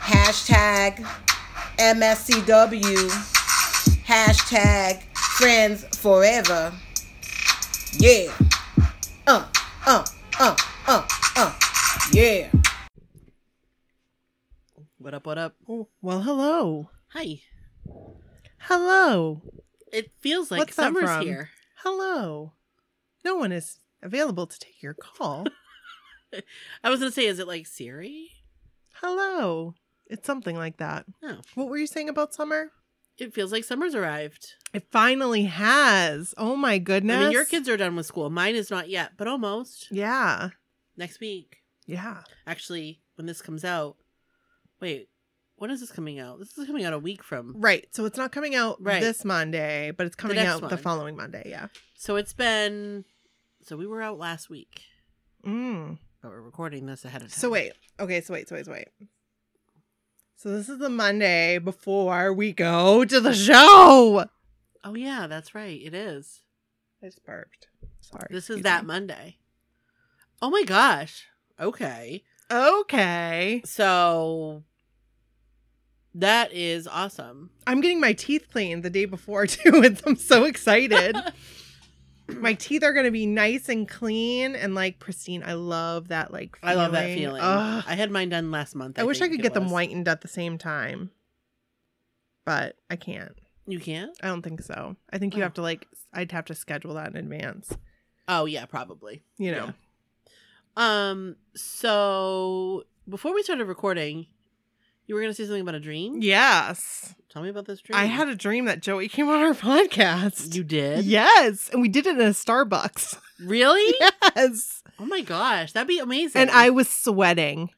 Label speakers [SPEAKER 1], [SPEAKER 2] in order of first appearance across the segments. [SPEAKER 1] Hashtag MSCW. Hashtag friends forever. Yeah. Uh, uh, uh, uh, uh. Yeah.
[SPEAKER 2] What up? What up?
[SPEAKER 3] Well, hello.
[SPEAKER 2] Hi.
[SPEAKER 3] Hello.
[SPEAKER 2] It feels like
[SPEAKER 3] What's that
[SPEAKER 2] summer's
[SPEAKER 3] from?
[SPEAKER 2] here.
[SPEAKER 3] Hello. No one is available to take your call.
[SPEAKER 2] I was gonna say, is it like Siri?
[SPEAKER 3] hello. It's something like that.
[SPEAKER 2] No.
[SPEAKER 3] What were you saying about summer?
[SPEAKER 2] It feels like summer's arrived.
[SPEAKER 3] It finally has. Oh my goodness.
[SPEAKER 2] I mean, your kids are done with school. Mine is not yet, but almost
[SPEAKER 3] Yeah.
[SPEAKER 2] next week.
[SPEAKER 3] Yeah.
[SPEAKER 2] Actually, when this comes out, wait, when is this coming out? This is coming out a week from.
[SPEAKER 3] Right. So it's not coming out
[SPEAKER 2] Right.
[SPEAKER 3] this Monday, but it's coming
[SPEAKER 2] next
[SPEAKER 3] out the
[SPEAKER 2] one.
[SPEAKER 3] following Monday. Yeah.
[SPEAKER 2] So it's been. So we were out last week,
[SPEAKER 3] Mm.
[SPEAKER 2] but we're recording this ahead of time.
[SPEAKER 3] So wait. Okay. So wait. So wait. So wait. So this is the Monday before we go to the show.
[SPEAKER 2] Oh yeah, that's right. It is.
[SPEAKER 3] I just burped. Sorry.
[SPEAKER 2] This is
[SPEAKER 3] excuse me.
[SPEAKER 2] that Monday. Oh my gosh. Okay.
[SPEAKER 3] Okay.
[SPEAKER 2] So that is awesome.
[SPEAKER 3] I'm getting my teeth cleaned the day before too. and I'm so excited. my teeth are gonna be nice and clean and like pristine. I love that like
[SPEAKER 2] I love that feeling.
[SPEAKER 3] Ugh.
[SPEAKER 2] I had mine done last month.
[SPEAKER 3] I, wish I
[SPEAKER 2] think
[SPEAKER 3] could
[SPEAKER 2] it
[SPEAKER 3] get them
[SPEAKER 2] was.
[SPEAKER 3] whitened at the same time. But I can't.
[SPEAKER 2] You can't?
[SPEAKER 3] I don't think so. I think you
[SPEAKER 2] Oh.
[SPEAKER 3] have to like s- I'd have to schedule that in advance.
[SPEAKER 2] Oh yeah, probably.
[SPEAKER 3] You know.
[SPEAKER 2] Um so before we started recording, you were gonna say something about a dream?
[SPEAKER 3] Yes.
[SPEAKER 2] Tell me about this dream.
[SPEAKER 3] I had a dream that Joey came on our podcast.
[SPEAKER 2] You did?
[SPEAKER 3] Yes. And we did it in a Starbucks.
[SPEAKER 2] Really?
[SPEAKER 3] yes.
[SPEAKER 2] Oh my gosh. That'd be amazing.
[SPEAKER 3] And I was sweating.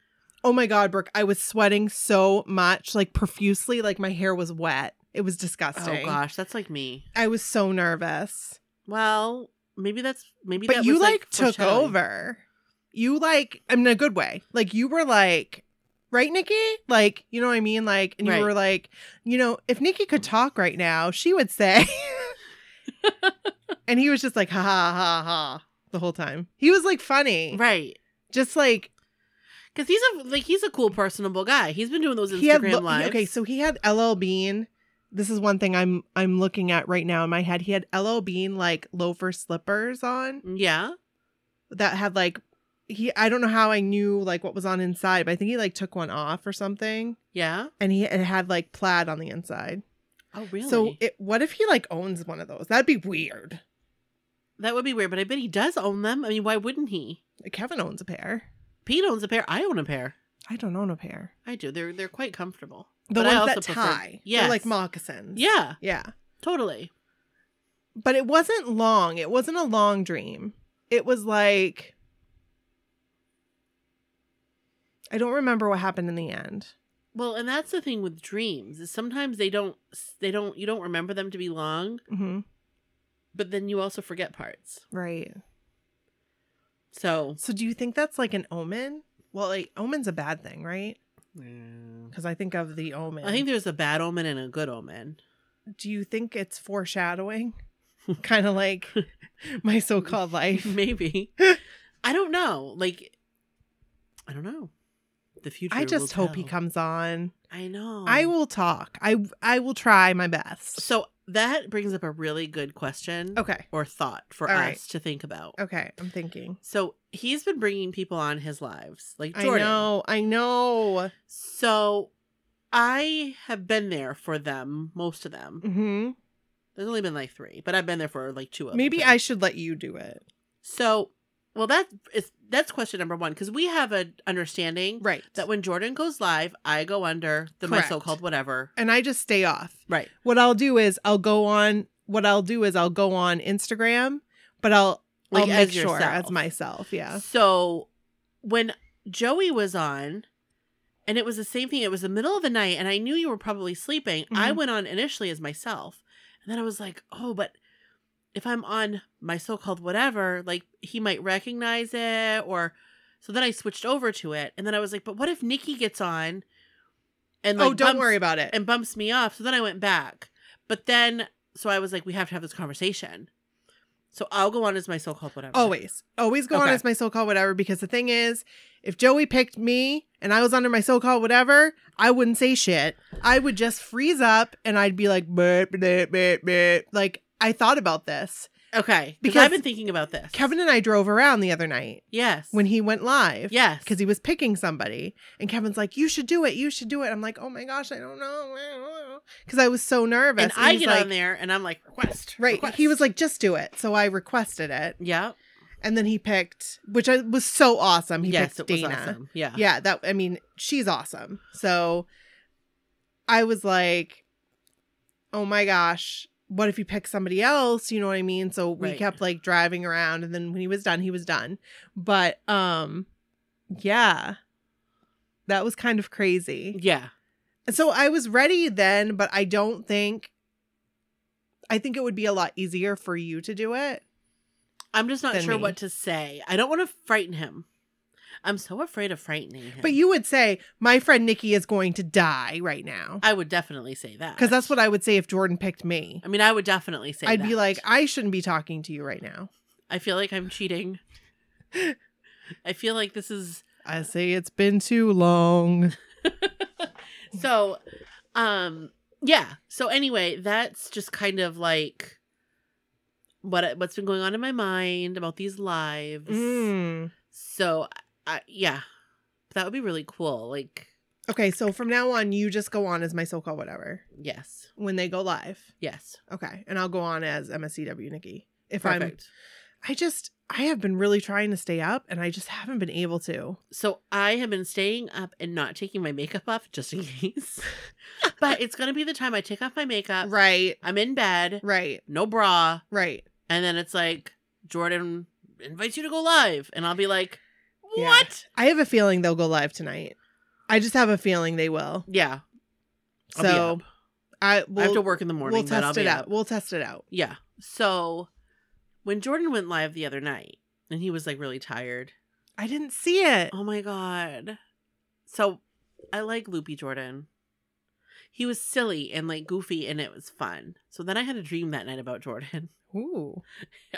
[SPEAKER 3] Oh my God, Brooke. I was sweating so much, like profusely, like my hair was wet. It was disgusting.
[SPEAKER 2] Oh gosh, that's like me.
[SPEAKER 3] I was so nervous.
[SPEAKER 2] Well, maybe that's maybe
[SPEAKER 3] but
[SPEAKER 2] that
[SPEAKER 3] you
[SPEAKER 2] was,
[SPEAKER 3] like, took
[SPEAKER 2] foreshadowing.
[SPEAKER 3] over. You like, I mean, in a good way. Like you were like, right, Nikki? Like, you know what I mean? Like, and you
[SPEAKER 2] Right.
[SPEAKER 3] were like, you know, if Nikki could talk right now, she would say. and he was just like, ha ha ha ha the whole time. He was like funny.
[SPEAKER 2] Right.
[SPEAKER 3] Just like
[SPEAKER 2] Because he's a like he's a cool, personable guy. He's been doing those
[SPEAKER 3] he had
[SPEAKER 2] Instagram
[SPEAKER 3] lo- he-
[SPEAKER 2] lives.
[SPEAKER 3] Okay, so he had LL Bean. This is one thing I'm I'm looking at right now in my head. He had LL Bean like loafer slippers on
[SPEAKER 2] yeah,
[SPEAKER 3] that had like he I don't know how I knew like what was on inside, but I think he like took one off or something.
[SPEAKER 2] yeah.
[SPEAKER 3] And he it had like plaid on the inside.
[SPEAKER 2] Oh really?
[SPEAKER 3] So it, what if he like owns one of those? That'd be weird.
[SPEAKER 2] that would be weird, but I bet he does own them. I mean, why wouldn't he?
[SPEAKER 3] Like Kevin owns a pair.
[SPEAKER 2] Pete owns a pair. I own a pair.
[SPEAKER 3] I don't own a pair.
[SPEAKER 2] I do. They're they're quite comfortable.
[SPEAKER 3] The
[SPEAKER 2] But I
[SPEAKER 3] ones
[SPEAKER 2] also
[SPEAKER 3] that
[SPEAKER 2] prefer-
[SPEAKER 3] tie. Yeah.
[SPEAKER 2] Yes.
[SPEAKER 3] like moccasins.
[SPEAKER 2] Yeah,
[SPEAKER 3] Yeah.
[SPEAKER 2] totally.
[SPEAKER 3] but it wasn't long. It wasn't a long dream. It was like I don't remember what happened in the end.
[SPEAKER 2] Well, and that's the thing with dreams is sometimes they don't they don't you don't remember them to be long,
[SPEAKER 3] Mm-hmm.
[SPEAKER 2] but then you also forget parts.
[SPEAKER 3] Right.
[SPEAKER 2] So
[SPEAKER 3] So do you think that's like an omen? Well, like omen's a bad thing, right? Because I think of the omen.
[SPEAKER 2] I think there's a bad omen and a good omen.
[SPEAKER 3] do you think it's foreshadowing? kind of like my so-called life.
[SPEAKER 2] Maybe I don't know. Like I don't know. The future.
[SPEAKER 3] I
[SPEAKER 2] will
[SPEAKER 3] just hope he
[SPEAKER 2] tell.
[SPEAKER 3] comes on.
[SPEAKER 2] I know.
[SPEAKER 3] I will talk. I I will try my best.
[SPEAKER 2] So that brings up a really good question
[SPEAKER 3] Okay.
[SPEAKER 2] or thought for
[SPEAKER 3] All
[SPEAKER 2] us
[SPEAKER 3] right.
[SPEAKER 2] to think about.
[SPEAKER 3] Okay. I'm thinking.
[SPEAKER 2] So he's been bringing people on his lives, like
[SPEAKER 3] I
[SPEAKER 2] Jordan.
[SPEAKER 3] know. I know.
[SPEAKER 2] So I have been there for them, most of them.
[SPEAKER 3] hmm
[SPEAKER 2] There's only been like three, but I've been there for like two of them.
[SPEAKER 3] Maybe I should let you do it.
[SPEAKER 2] So, well, that is that's question number one because we have an understanding
[SPEAKER 3] Right.
[SPEAKER 2] that when Jordan goes live, I go under the my
[SPEAKER 3] Correct.
[SPEAKER 2] so-called whatever.
[SPEAKER 3] and I just stay off.
[SPEAKER 2] Right.
[SPEAKER 3] What I'll do is I'll go on what I'll do is I'll go on Instagram, but I'll
[SPEAKER 2] Like
[SPEAKER 3] I'll make
[SPEAKER 2] as
[SPEAKER 3] sure
[SPEAKER 2] yourself.
[SPEAKER 3] as myself. Yeah.
[SPEAKER 2] So when Joey was on And it was the same thing. It was the middle of the night, and I knew you were probably sleeping. I
[SPEAKER 3] Mhm.
[SPEAKER 2] went on initially as myself. And then I was like, oh, but if I'm on my so called whatever, like he might recognize it. Or so then I switched over to it. And then I was like, but what if Nikki gets on and like,
[SPEAKER 3] oh, don't
[SPEAKER 2] bumps-
[SPEAKER 3] worry about it.
[SPEAKER 2] and bumps me off. So then I went back. But then, so I was like, we have to have this conversation. So I'll go on as my so called whatever.
[SPEAKER 3] Always, always go on
[SPEAKER 2] Okay.
[SPEAKER 3] as my so-called whatever. Because the thing is, if Joey picked me and I was under my so-called whatever, I wouldn't say shit. I would just freeze up and I'd be like, "Bleh, bleh, bleh, bleh." like I thought about this.
[SPEAKER 2] Okay. Because
[SPEAKER 3] Because
[SPEAKER 2] I've been thinking about this.
[SPEAKER 3] Kevin and I drove around the other night
[SPEAKER 2] Yes.
[SPEAKER 3] when he went live.
[SPEAKER 2] Yes.
[SPEAKER 3] Because he was picking somebody, and Kevin's like, "You should do it. You should do it." I'm like, "Oh my gosh, I don't know," because I was so nervous.
[SPEAKER 2] and
[SPEAKER 3] And
[SPEAKER 2] I
[SPEAKER 3] he's
[SPEAKER 2] get
[SPEAKER 3] like-
[SPEAKER 2] on there and I'm like, request.
[SPEAKER 3] Right.
[SPEAKER 2] request.
[SPEAKER 3] He was like, just do it. So I requested it.
[SPEAKER 2] yeah.
[SPEAKER 3] And then he picked, which I, was so awesome. He
[SPEAKER 2] yes,
[SPEAKER 3] picked
[SPEAKER 2] it was
[SPEAKER 3] Dana.
[SPEAKER 2] awesome. Yeah.
[SPEAKER 3] Yeah. That, I mean, she's awesome. So I was like, oh my gosh, what if you pick somebody else? You know what I mean? So we
[SPEAKER 2] Right.
[SPEAKER 3] kept like driving around. And then when he was done, he was done. But um, yeah, that was kind of crazy.
[SPEAKER 2] Yeah.
[SPEAKER 3] So I was ready then, but I don't think I think it would be a lot easier for you to do it.
[SPEAKER 2] I'm just not
[SPEAKER 3] Than
[SPEAKER 2] sure
[SPEAKER 3] me.
[SPEAKER 2] what to say. I don't want to frighten him. I'm so afraid of frightening him.
[SPEAKER 3] But you would say, "My friend Nikki is going to die right now."
[SPEAKER 2] I would definitely say that.
[SPEAKER 3] Cuz that's what I would say if Jordan picked me.
[SPEAKER 2] I mean, I would definitely say
[SPEAKER 3] I'd
[SPEAKER 2] that.
[SPEAKER 3] be like, "I shouldn't be talking to you right now."
[SPEAKER 2] I feel like I'm cheating. I feel like this is
[SPEAKER 3] I say it's been too long.
[SPEAKER 2] so um yeah so anyway that's just kind of like what what's been going on in my mind about these lives
[SPEAKER 3] Mm.
[SPEAKER 2] so I, yeah that would be really cool like
[SPEAKER 3] Okay, so from now on you just go on as my so-called whatever
[SPEAKER 2] yes
[SPEAKER 3] when they go live.
[SPEAKER 2] yes
[SPEAKER 3] Okay, and I'll go on as MSCW Nikki if I'm
[SPEAKER 2] perfect
[SPEAKER 3] I just I have been really trying to stay up and I just haven't been able to.
[SPEAKER 2] so i have been staying up and not taking my makeup off just in case but it's gonna be the time i take off my makeup
[SPEAKER 3] Right.
[SPEAKER 2] i'm in bed
[SPEAKER 3] Right.
[SPEAKER 2] no bra
[SPEAKER 3] Right.
[SPEAKER 2] and then it's like jordan invites you to go live and i'll be like
[SPEAKER 3] Yeah.
[SPEAKER 2] what
[SPEAKER 3] I have a feeling they'll go live tonight. I just have a feeling they will.
[SPEAKER 2] Yeah. I'll be
[SPEAKER 3] so
[SPEAKER 2] up.
[SPEAKER 3] I
[SPEAKER 2] I have to
[SPEAKER 3] will
[SPEAKER 2] work in the morning,
[SPEAKER 3] we'll
[SPEAKER 2] but I'll
[SPEAKER 3] test
[SPEAKER 2] be
[SPEAKER 3] it out.
[SPEAKER 2] up.
[SPEAKER 3] We'll test it out.
[SPEAKER 2] Yeah. So when Jordan went live the other night and he was like really tired.
[SPEAKER 3] I didn't see it.
[SPEAKER 2] Oh my god. So I like loopy Jordan. He was silly and like goofy and it was fun. So then I had a dream that night about Jordan.
[SPEAKER 3] Ooh.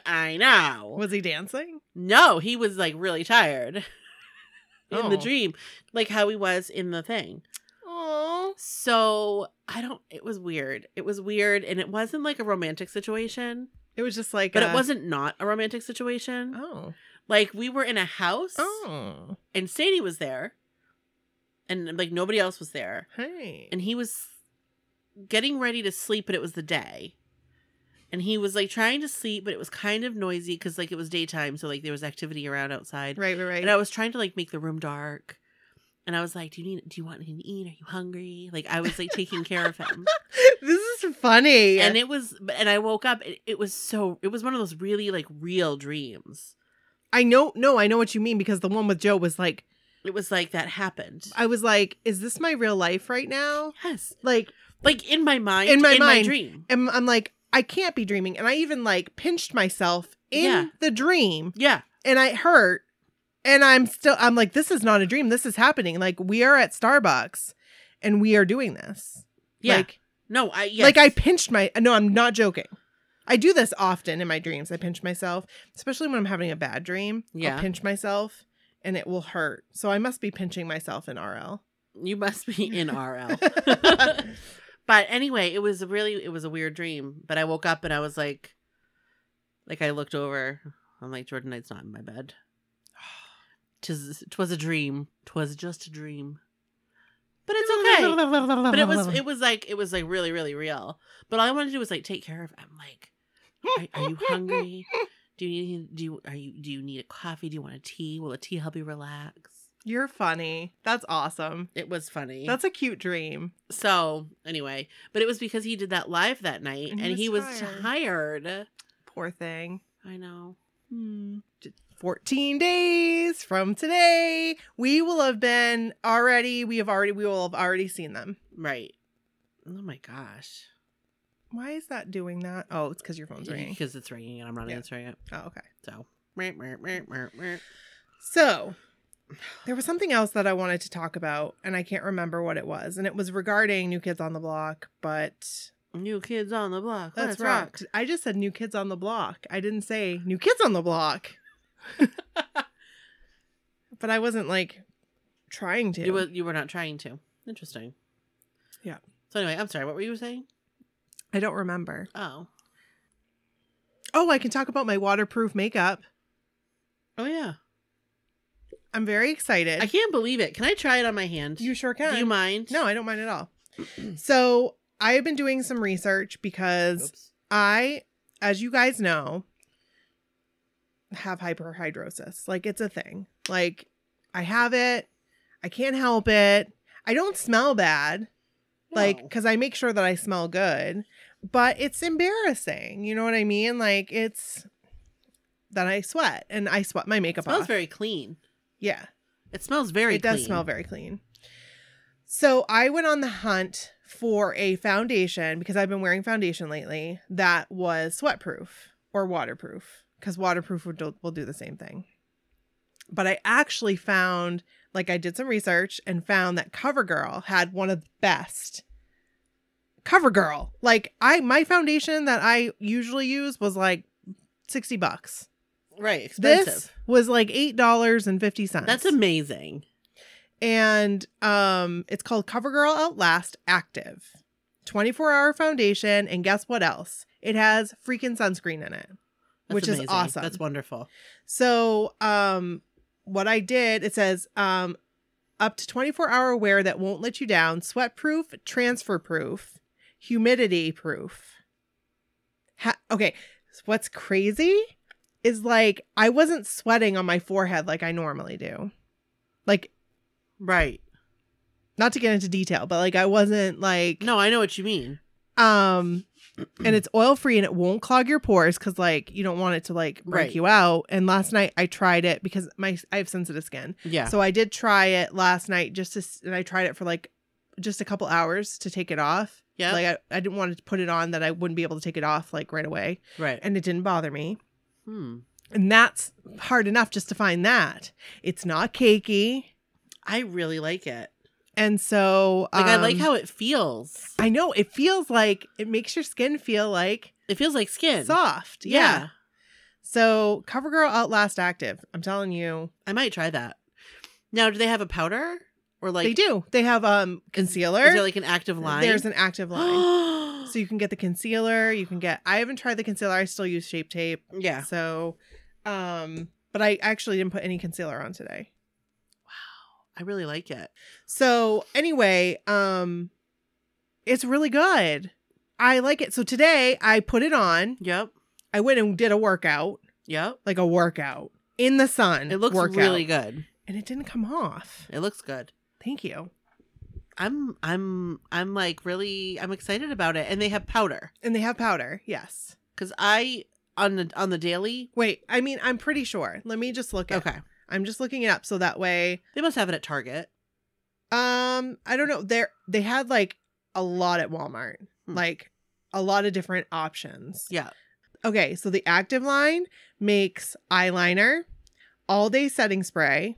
[SPEAKER 2] I know.
[SPEAKER 3] Was he dancing?
[SPEAKER 2] No, he was like really tired in the
[SPEAKER 3] Oh.
[SPEAKER 2] dream, like how he was in the thing.
[SPEAKER 3] Oh.
[SPEAKER 2] So I don't. It was weird. It was weird, and it wasn't like a romantic situation,
[SPEAKER 3] It was just like
[SPEAKER 2] but
[SPEAKER 3] a-
[SPEAKER 2] it wasn't not a romantic situation.
[SPEAKER 3] Oh.
[SPEAKER 2] Like we were in a house,
[SPEAKER 3] Oh.
[SPEAKER 2] and Sadie was there, and like nobody else was there,
[SPEAKER 3] Hey.
[SPEAKER 2] and he was getting ready to sleep, but it was the day, and he was like trying to sleep, but it was kind of noisy because like it was daytime, so like there was activity around outside.
[SPEAKER 3] right, right, right.
[SPEAKER 2] And I was trying to like make the room dark. And I was like, "Do you need? Do you want anything to eat? Are you hungry?" Like I was like taking care of him.
[SPEAKER 3] this is funny.
[SPEAKER 2] and it was and i woke up it, it was so it was one of those really like real dreams
[SPEAKER 3] I know no, I know what you mean because the one with Joe was like
[SPEAKER 2] it was like that happened
[SPEAKER 3] I was like, is this my real life right now?
[SPEAKER 2] yes
[SPEAKER 3] Like
[SPEAKER 2] like in my mind
[SPEAKER 3] In my mind.
[SPEAKER 2] dream
[SPEAKER 3] and I'm like, I can't be dreaming. And I even like pinched myself in
[SPEAKER 2] Yeah.
[SPEAKER 3] the dream
[SPEAKER 2] yeah
[SPEAKER 3] and I hurt. And I'm still, I'm like, this is not a dream. This is happening. Like, we are at Starbucks and we are doing this.
[SPEAKER 2] yeah
[SPEAKER 3] Like,
[SPEAKER 2] no i yes.
[SPEAKER 3] like I pinched my, no, I'm not joking. I do this often in my dreams. I pinch myself, especially when I'm having a bad dream.
[SPEAKER 2] Yeah.
[SPEAKER 3] I'll pinch myself and it will hurt. So I must be pinching myself in RL.
[SPEAKER 2] you must be in rl but anyway it was a really it was a weird dream but i woke up and i was like like i looked over i'm like jordan knight's not in my bed Tis, twas a dream twas just a dream but it's okay but it was it was like it was like really really real but all i wanted to do was like take care of him like are, are you hungry do you need do you are you do you need a coffee do you want a tea will a tea help you relax
[SPEAKER 3] You're funny. That's awesome.
[SPEAKER 2] it was funny
[SPEAKER 3] That's a cute dream.
[SPEAKER 2] so anyway but it was because he did that live that night and,
[SPEAKER 3] And he
[SPEAKER 2] he was
[SPEAKER 3] was
[SPEAKER 2] tired
[SPEAKER 3] Poor thing.
[SPEAKER 2] i know Hmm.
[SPEAKER 3] 14 days from today, we will have been already, we have already, we will have already seen them.
[SPEAKER 2] Right. Oh my gosh.
[SPEAKER 3] Why is that doing that? Oh, it's because your phone's ringing.
[SPEAKER 2] Because it's ringing and I'm not
[SPEAKER 3] Yeah.
[SPEAKER 2] answering it.
[SPEAKER 3] Oh, okay.
[SPEAKER 2] So. Meow, meow, meow, meow, meow.
[SPEAKER 3] So there was something else that I wanted to talk about, and I can't remember what it was. And it was regarding New Kids on the Block, but
[SPEAKER 2] New kids on the block. Let's
[SPEAKER 3] that's right.
[SPEAKER 2] rock.
[SPEAKER 3] I just said New Kids on the Block. I didn't say New Kids on the Block. but I wasn't like trying to.
[SPEAKER 2] You were you were not trying to. Interesting.
[SPEAKER 3] Yeah.
[SPEAKER 2] So anyway, I'm sorry. What were you saying?
[SPEAKER 3] I don't remember.
[SPEAKER 2] Oh.
[SPEAKER 3] Oh, I can talk about my waterproof makeup.
[SPEAKER 2] Oh yeah.
[SPEAKER 3] I'm very excited.
[SPEAKER 2] I can't believe it. Can I try it on my hand?
[SPEAKER 3] you sure can.
[SPEAKER 2] Do you mind?
[SPEAKER 3] No, I don't mind at all. so I have been doing some research because
[SPEAKER 2] Oops.
[SPEAKER 3] I, as you guys know, have hyperhidrosis. Like it's a thing. Like I have it. I can't help it. I don't smell bad. Like 'cause
[SPEAKER 2] No.
[SPEAKER 3] like cuz I make sure that I smell good, but it's embarrassing. You know what I mean? Like it's that I sweat and I sweat my
[SPEAKER 2] it
[SPEAKER 3] makeup
[SPEAKER 2] smells
[SPEAKER 3] off.
[SPEAKER 2] very clean.
[SPEAKER 3] yeah.
[SPEAKER 2] It smells very
[SPEAKER 3] It does
[SPEAKER 2] clean.
[SPEAKER 3] smell very clean. So I went on the hunt for a foundation because I've been wearing foundation lately that was sweatproof or waterproof because waterproof will do, will do the same thing. But I actually found, like, I did some research and found that CoverGirl had one of the best. CoverGirl, like, I my foundation that I usually use was like sixty bucks.
[SPEAKER 2] Right. Expensive.
[SPEAKER 3] This was like eight dollars and fifty cents
[SPEAKER 2] That's amazing.
[SPEAKER 3] and um it's called covergirl outlast active 24 hour foundation and guess what else it has freaking sunscreen in it
[SPEAKER 2] That's
[SPEAKER 3] Which is
[SPEAKER 2] amazing.
[SPEAKER 3] awesome.
[SPEAKER 2] That's wonderful.
[SPEAKER 3] so um what i did it says um up to 24 hour wear that won't let you down sweat proof transfer proof humidity proof ha- okay what's crazy is like i wasn't sweating on my forehead like i normally do like
[SPEAKER 2] Right.
[SPEAKER 3] not to get into detail but like i wasn't like
[SPEAKER 2] No, I know what you mean.
[SPEAKER 3] um and it's oil free and it won't clog your pores because like you don't want it to like break
[SPEAKER 2] Right.
[SPEAKER 3] you out and last night i tried it because my i have sensitive skin
[SPEAKER 2] Yeah.
[SPEAKER 3] so i did try it last night just to s- and i tried it for like just a couple hours to take it off
[SPEAKER 2] yeah.
[SPEAKER 3] like I, I didn't want to put it on that i wouldn't be able to take it off like right away
[SPEAKER 2] right.
[SPEAKER 3] and it didn't bother me
[SPEAKER 2] hmm.
[SPEAKER 3] and that's hard enough just to find that it's not cakey
[SPEAKER 2] I really like it.
[SPEAKER 3] and so
[SPEAKER 2] Like I like
[SPEAKER 3] um,
[SPEAKER 2] how it feels.
[SPEAKER 3] i know it feels like it makes your skin feel like
[SPEAKER 2] It feels like skin.
[SPEAKER 3] soft
[SPEAKER 2] Yeah.
[SPEAKER 3] yeah. So CoverGirl Outlast Active. I'm telling you,
[SPEAKER 2] I might try that. Now, do they have a powder or like
[SPEAKER 3] they do. They have um concealer.
[SPEAKER 2] Is there like an active line?
[SPEAKER 3] There's an active line.
[SPEAKER 2] line.
[SPEAKER 3] so you can get the concealer. You can get. I haven't tried the concealer. I still use Shape Tape.
[SPEAKER 2] yeah.
[SPEAKER 3] So, um, but I actually didn't put any concealer on today.
[SPEAKER 2] I really like it.
[SPEAKER 3] So anyway, um, it's really good. I like it. So today I put it on.
[SPEAKER 2] Yep.
[SPEAKER 3] I went and did a workout,
[SPEAKER 2] Yep.
[SPEAKER 3] like a workout in the sun.
[SPEAKER 2] It looks
[SPEAKER 3] workout,
[SPEAKER 2] really good.
[SPEAKER 3] and it didn't come off.
[SPEAKER 2] It looks good.
[SPEAKER 3] Thank you.
[SPEAKER 2] I'm I'm I'm like really I'm excited about it. And they have powder.
[SPEAKER 3] And they have powder. Yes.
[SPEAKER 2] Cause I on the on the daily
[SPEAKER 3] Wait, I mean, I'm pretty sure. Let me just look it.
[SPEAKER 2] Okay.
[SPEAKER 3] I'm just looking it up so that way.
[SPEAKER 2] They must have it at Target.
[SPEAKER 3] Um, I don't know. There they had like a lot at Walmart.
[SPEAKER 2] Hmm.
[SPEAKER 3] Like a lot of different options.
[SPEAKER 2] Yeah.
[SPEAKER 3] Okay, so the active line makes eyeliner, all day setting spray,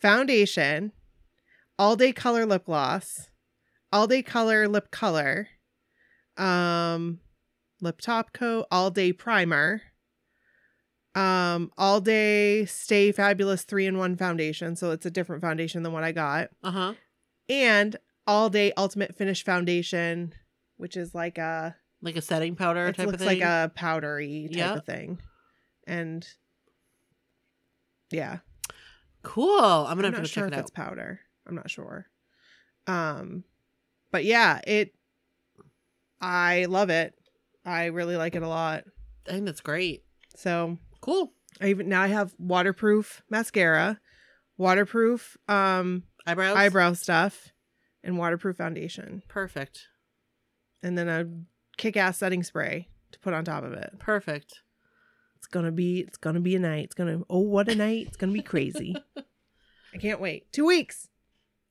[SPEAKER 3] foundation, all day color lip gloss, all day color lip color, um, lip top coat, all day primer, um, all day stay fabulous three in one foundation. So it's a different foundation than what I got,
[SPEAKER 2] Uh-huh.
[SPEAKER 3] and all day ultimate finish foundation, which is like a
[SPEAKER 2] Like a setting powder
[SPEAKER 3] it
[SPEAKER 2] type
[SPEAKER 3] looks
[SPEAKER 2] of thing.
[SPEAKER 3] like a powdery type
[SPEAKER 2] Yeah.
[SPEAKER 3] of thing and yeah
[SPEAKER 2] cool. I'm gonna have to
[SPEAKER 3] i'm
[SPEAKER 2] go
[SPEAKER 3] not sure
[SPEAKER 2] check
[SPEAKER 3] if
[SPEAKER 2] it out.
[SPEAKER 3] it's powder i'm not sure um but yeah it i love it i really like it a lot
[SPEAKER 2] I think that's great.
[SPEAKER 3] so
[SPEAKER 2] Cool.
[SPEAKER 3] i even now i have waterproof mascara waterproof um
[SPEAKER 2] Eyebrows.
[SPEAKER 3] eyebrow stuff and waterproof foundation
[SPEAKER 2] Perfect.
[SPEAKER 3] and then a kick-ass setting spray to put on top of it
[SPEAKER 2] Perfect. It's
[SPEAKER 3] It's gonna be it's gonna be a night. It's gonna oh what a night. It's gonna be crazy. I can't wait. Two weeks.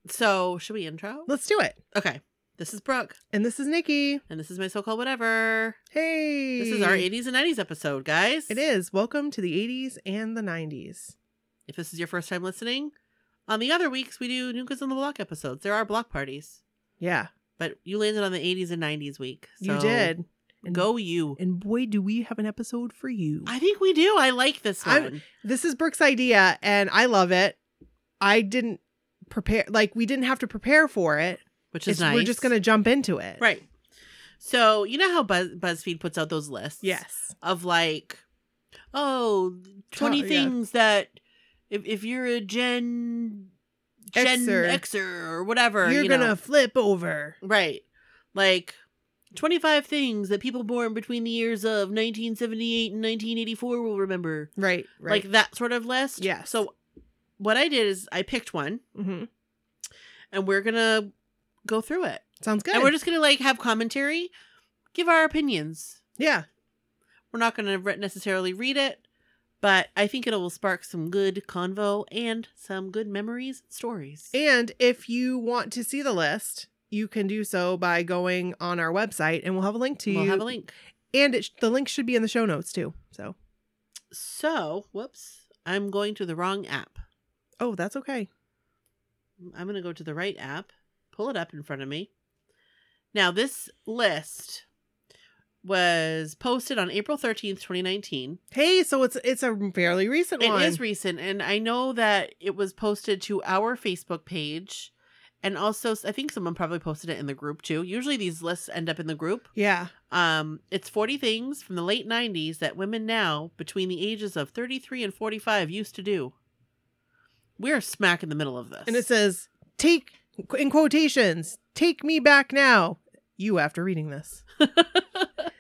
[SPEAKER 2] So, should we intro?
[SPEAKER 3] Let's do it.
[SPEAKER 2] Okay. This is Brooke,
[SPEAKER 3] And this is Nikki.
[SPEAKER 2] and this is my so called whatever.
[SPEAKER 3] Hey.
[SPEAKER 2] This is our 80s and 90s episode, guys.
[SPEAKER 3] It is. Welcome to the 80s and the 90s.
[SPEAKER 2] If this is your first time listening, on the other weeks, we do New Kids on the Block episodes. There are block parties,
[SPEAKER 3] Yeah,
[SPEAKER 2] but you landed on the 80s and 90s week. So
[SPEAKER 3] you did. And-
[SPEAKER 2] Go you.
[SPEAKER 3] And boy, do we have an episode for you.
[SPEAKER 2] I think we do. I like this
[SPEAKER 3] I'm-
[SPEAKER 2] one.
[SPEAKER 3] this is Brooke's idea, and I love it. I didn't prepare, like, we didn't have to prepare for it.
[SPEAKER 2] which is
[SPEAKER 3] It's-
[SPEAKER 2] nice.
[SPEAKER 3] We're just going to jump into it.
[SPEAKER 2] right. So you know how Buzz- BuzzFeed puts out those lists,
[SPEAKER 3] Yes.
[SPEAKER 2] of like, oh, 20
[SPEAKER 3] yeah.
[SPEAKER 2] things that if if you're a Gen Gen
[SPEAKER 3] Xer.
[SPEAKER 2] Xer or whatever,
[SPEAKER 3] You're
[SPEAKER 2] you
[SPEAKER 3] going
[SPEAKER 2] know.
[SPEAKER 3] to flip over.
[SPEAKER 2] right, like. 25 things that people born between the years of 1978 and 1984 will remember.
[SPEAKER 3] Right. Right.
[SPEAKER 2] Like that sort of list.
[SPEAKER 3] Yes.
[SPEAKER 2] So, what I did is I picked one
[SPEAKER 3] Mhm.
[SPEAKER 2] and we're going to go through it.
[SPEAKER 3] Sounds good.
[SPEAKER 2] And we're just gonna like have commentary, give our opinions.
[SPEAKER 3] yeah.
[SPEAKER 2] We're not gonna re- necessarily read it, but I think it'll spark some good convo and some good memories, stories.
[SPEAKER 3] And if you want to see the list, you can do so by going on our website, and we'll have a link to
[SPEAKER 2] we'll
[SPEAKER 3] you.
[SPEAKER 2] have a link.
[SPEAKER 3] And it sh- the link should be in the show notes too. So,
[SPEAKER 2] So, whoops, I'm going to the wrong app.
[SPEAKER 3] oh, that's okay.
[SPEAKER 2] I'm gonna go to the right app, pull it up in front of me. Now, this list was posted on April 13th, 2019.
[SPEAKER 3] Hey, so it's it's a fairly recent
[SPEAKER 2] It
[SPEAKER 3] one.
[SPEAKER 2] is recent, and I know that it was posted to our Facebook page, and also s- I think someone probably posted it in the group too. Usually these lists end up in the group.
[SPEAKER 3] yeah.
[SPEAKER 2] Um, it's forty things from the late '90s that women now, between the ages of 33 and 45, used to do. We're smack in the middle of this,
[SPEAKER 3] And it says, "Take in quotations, take me back now." You after reading this.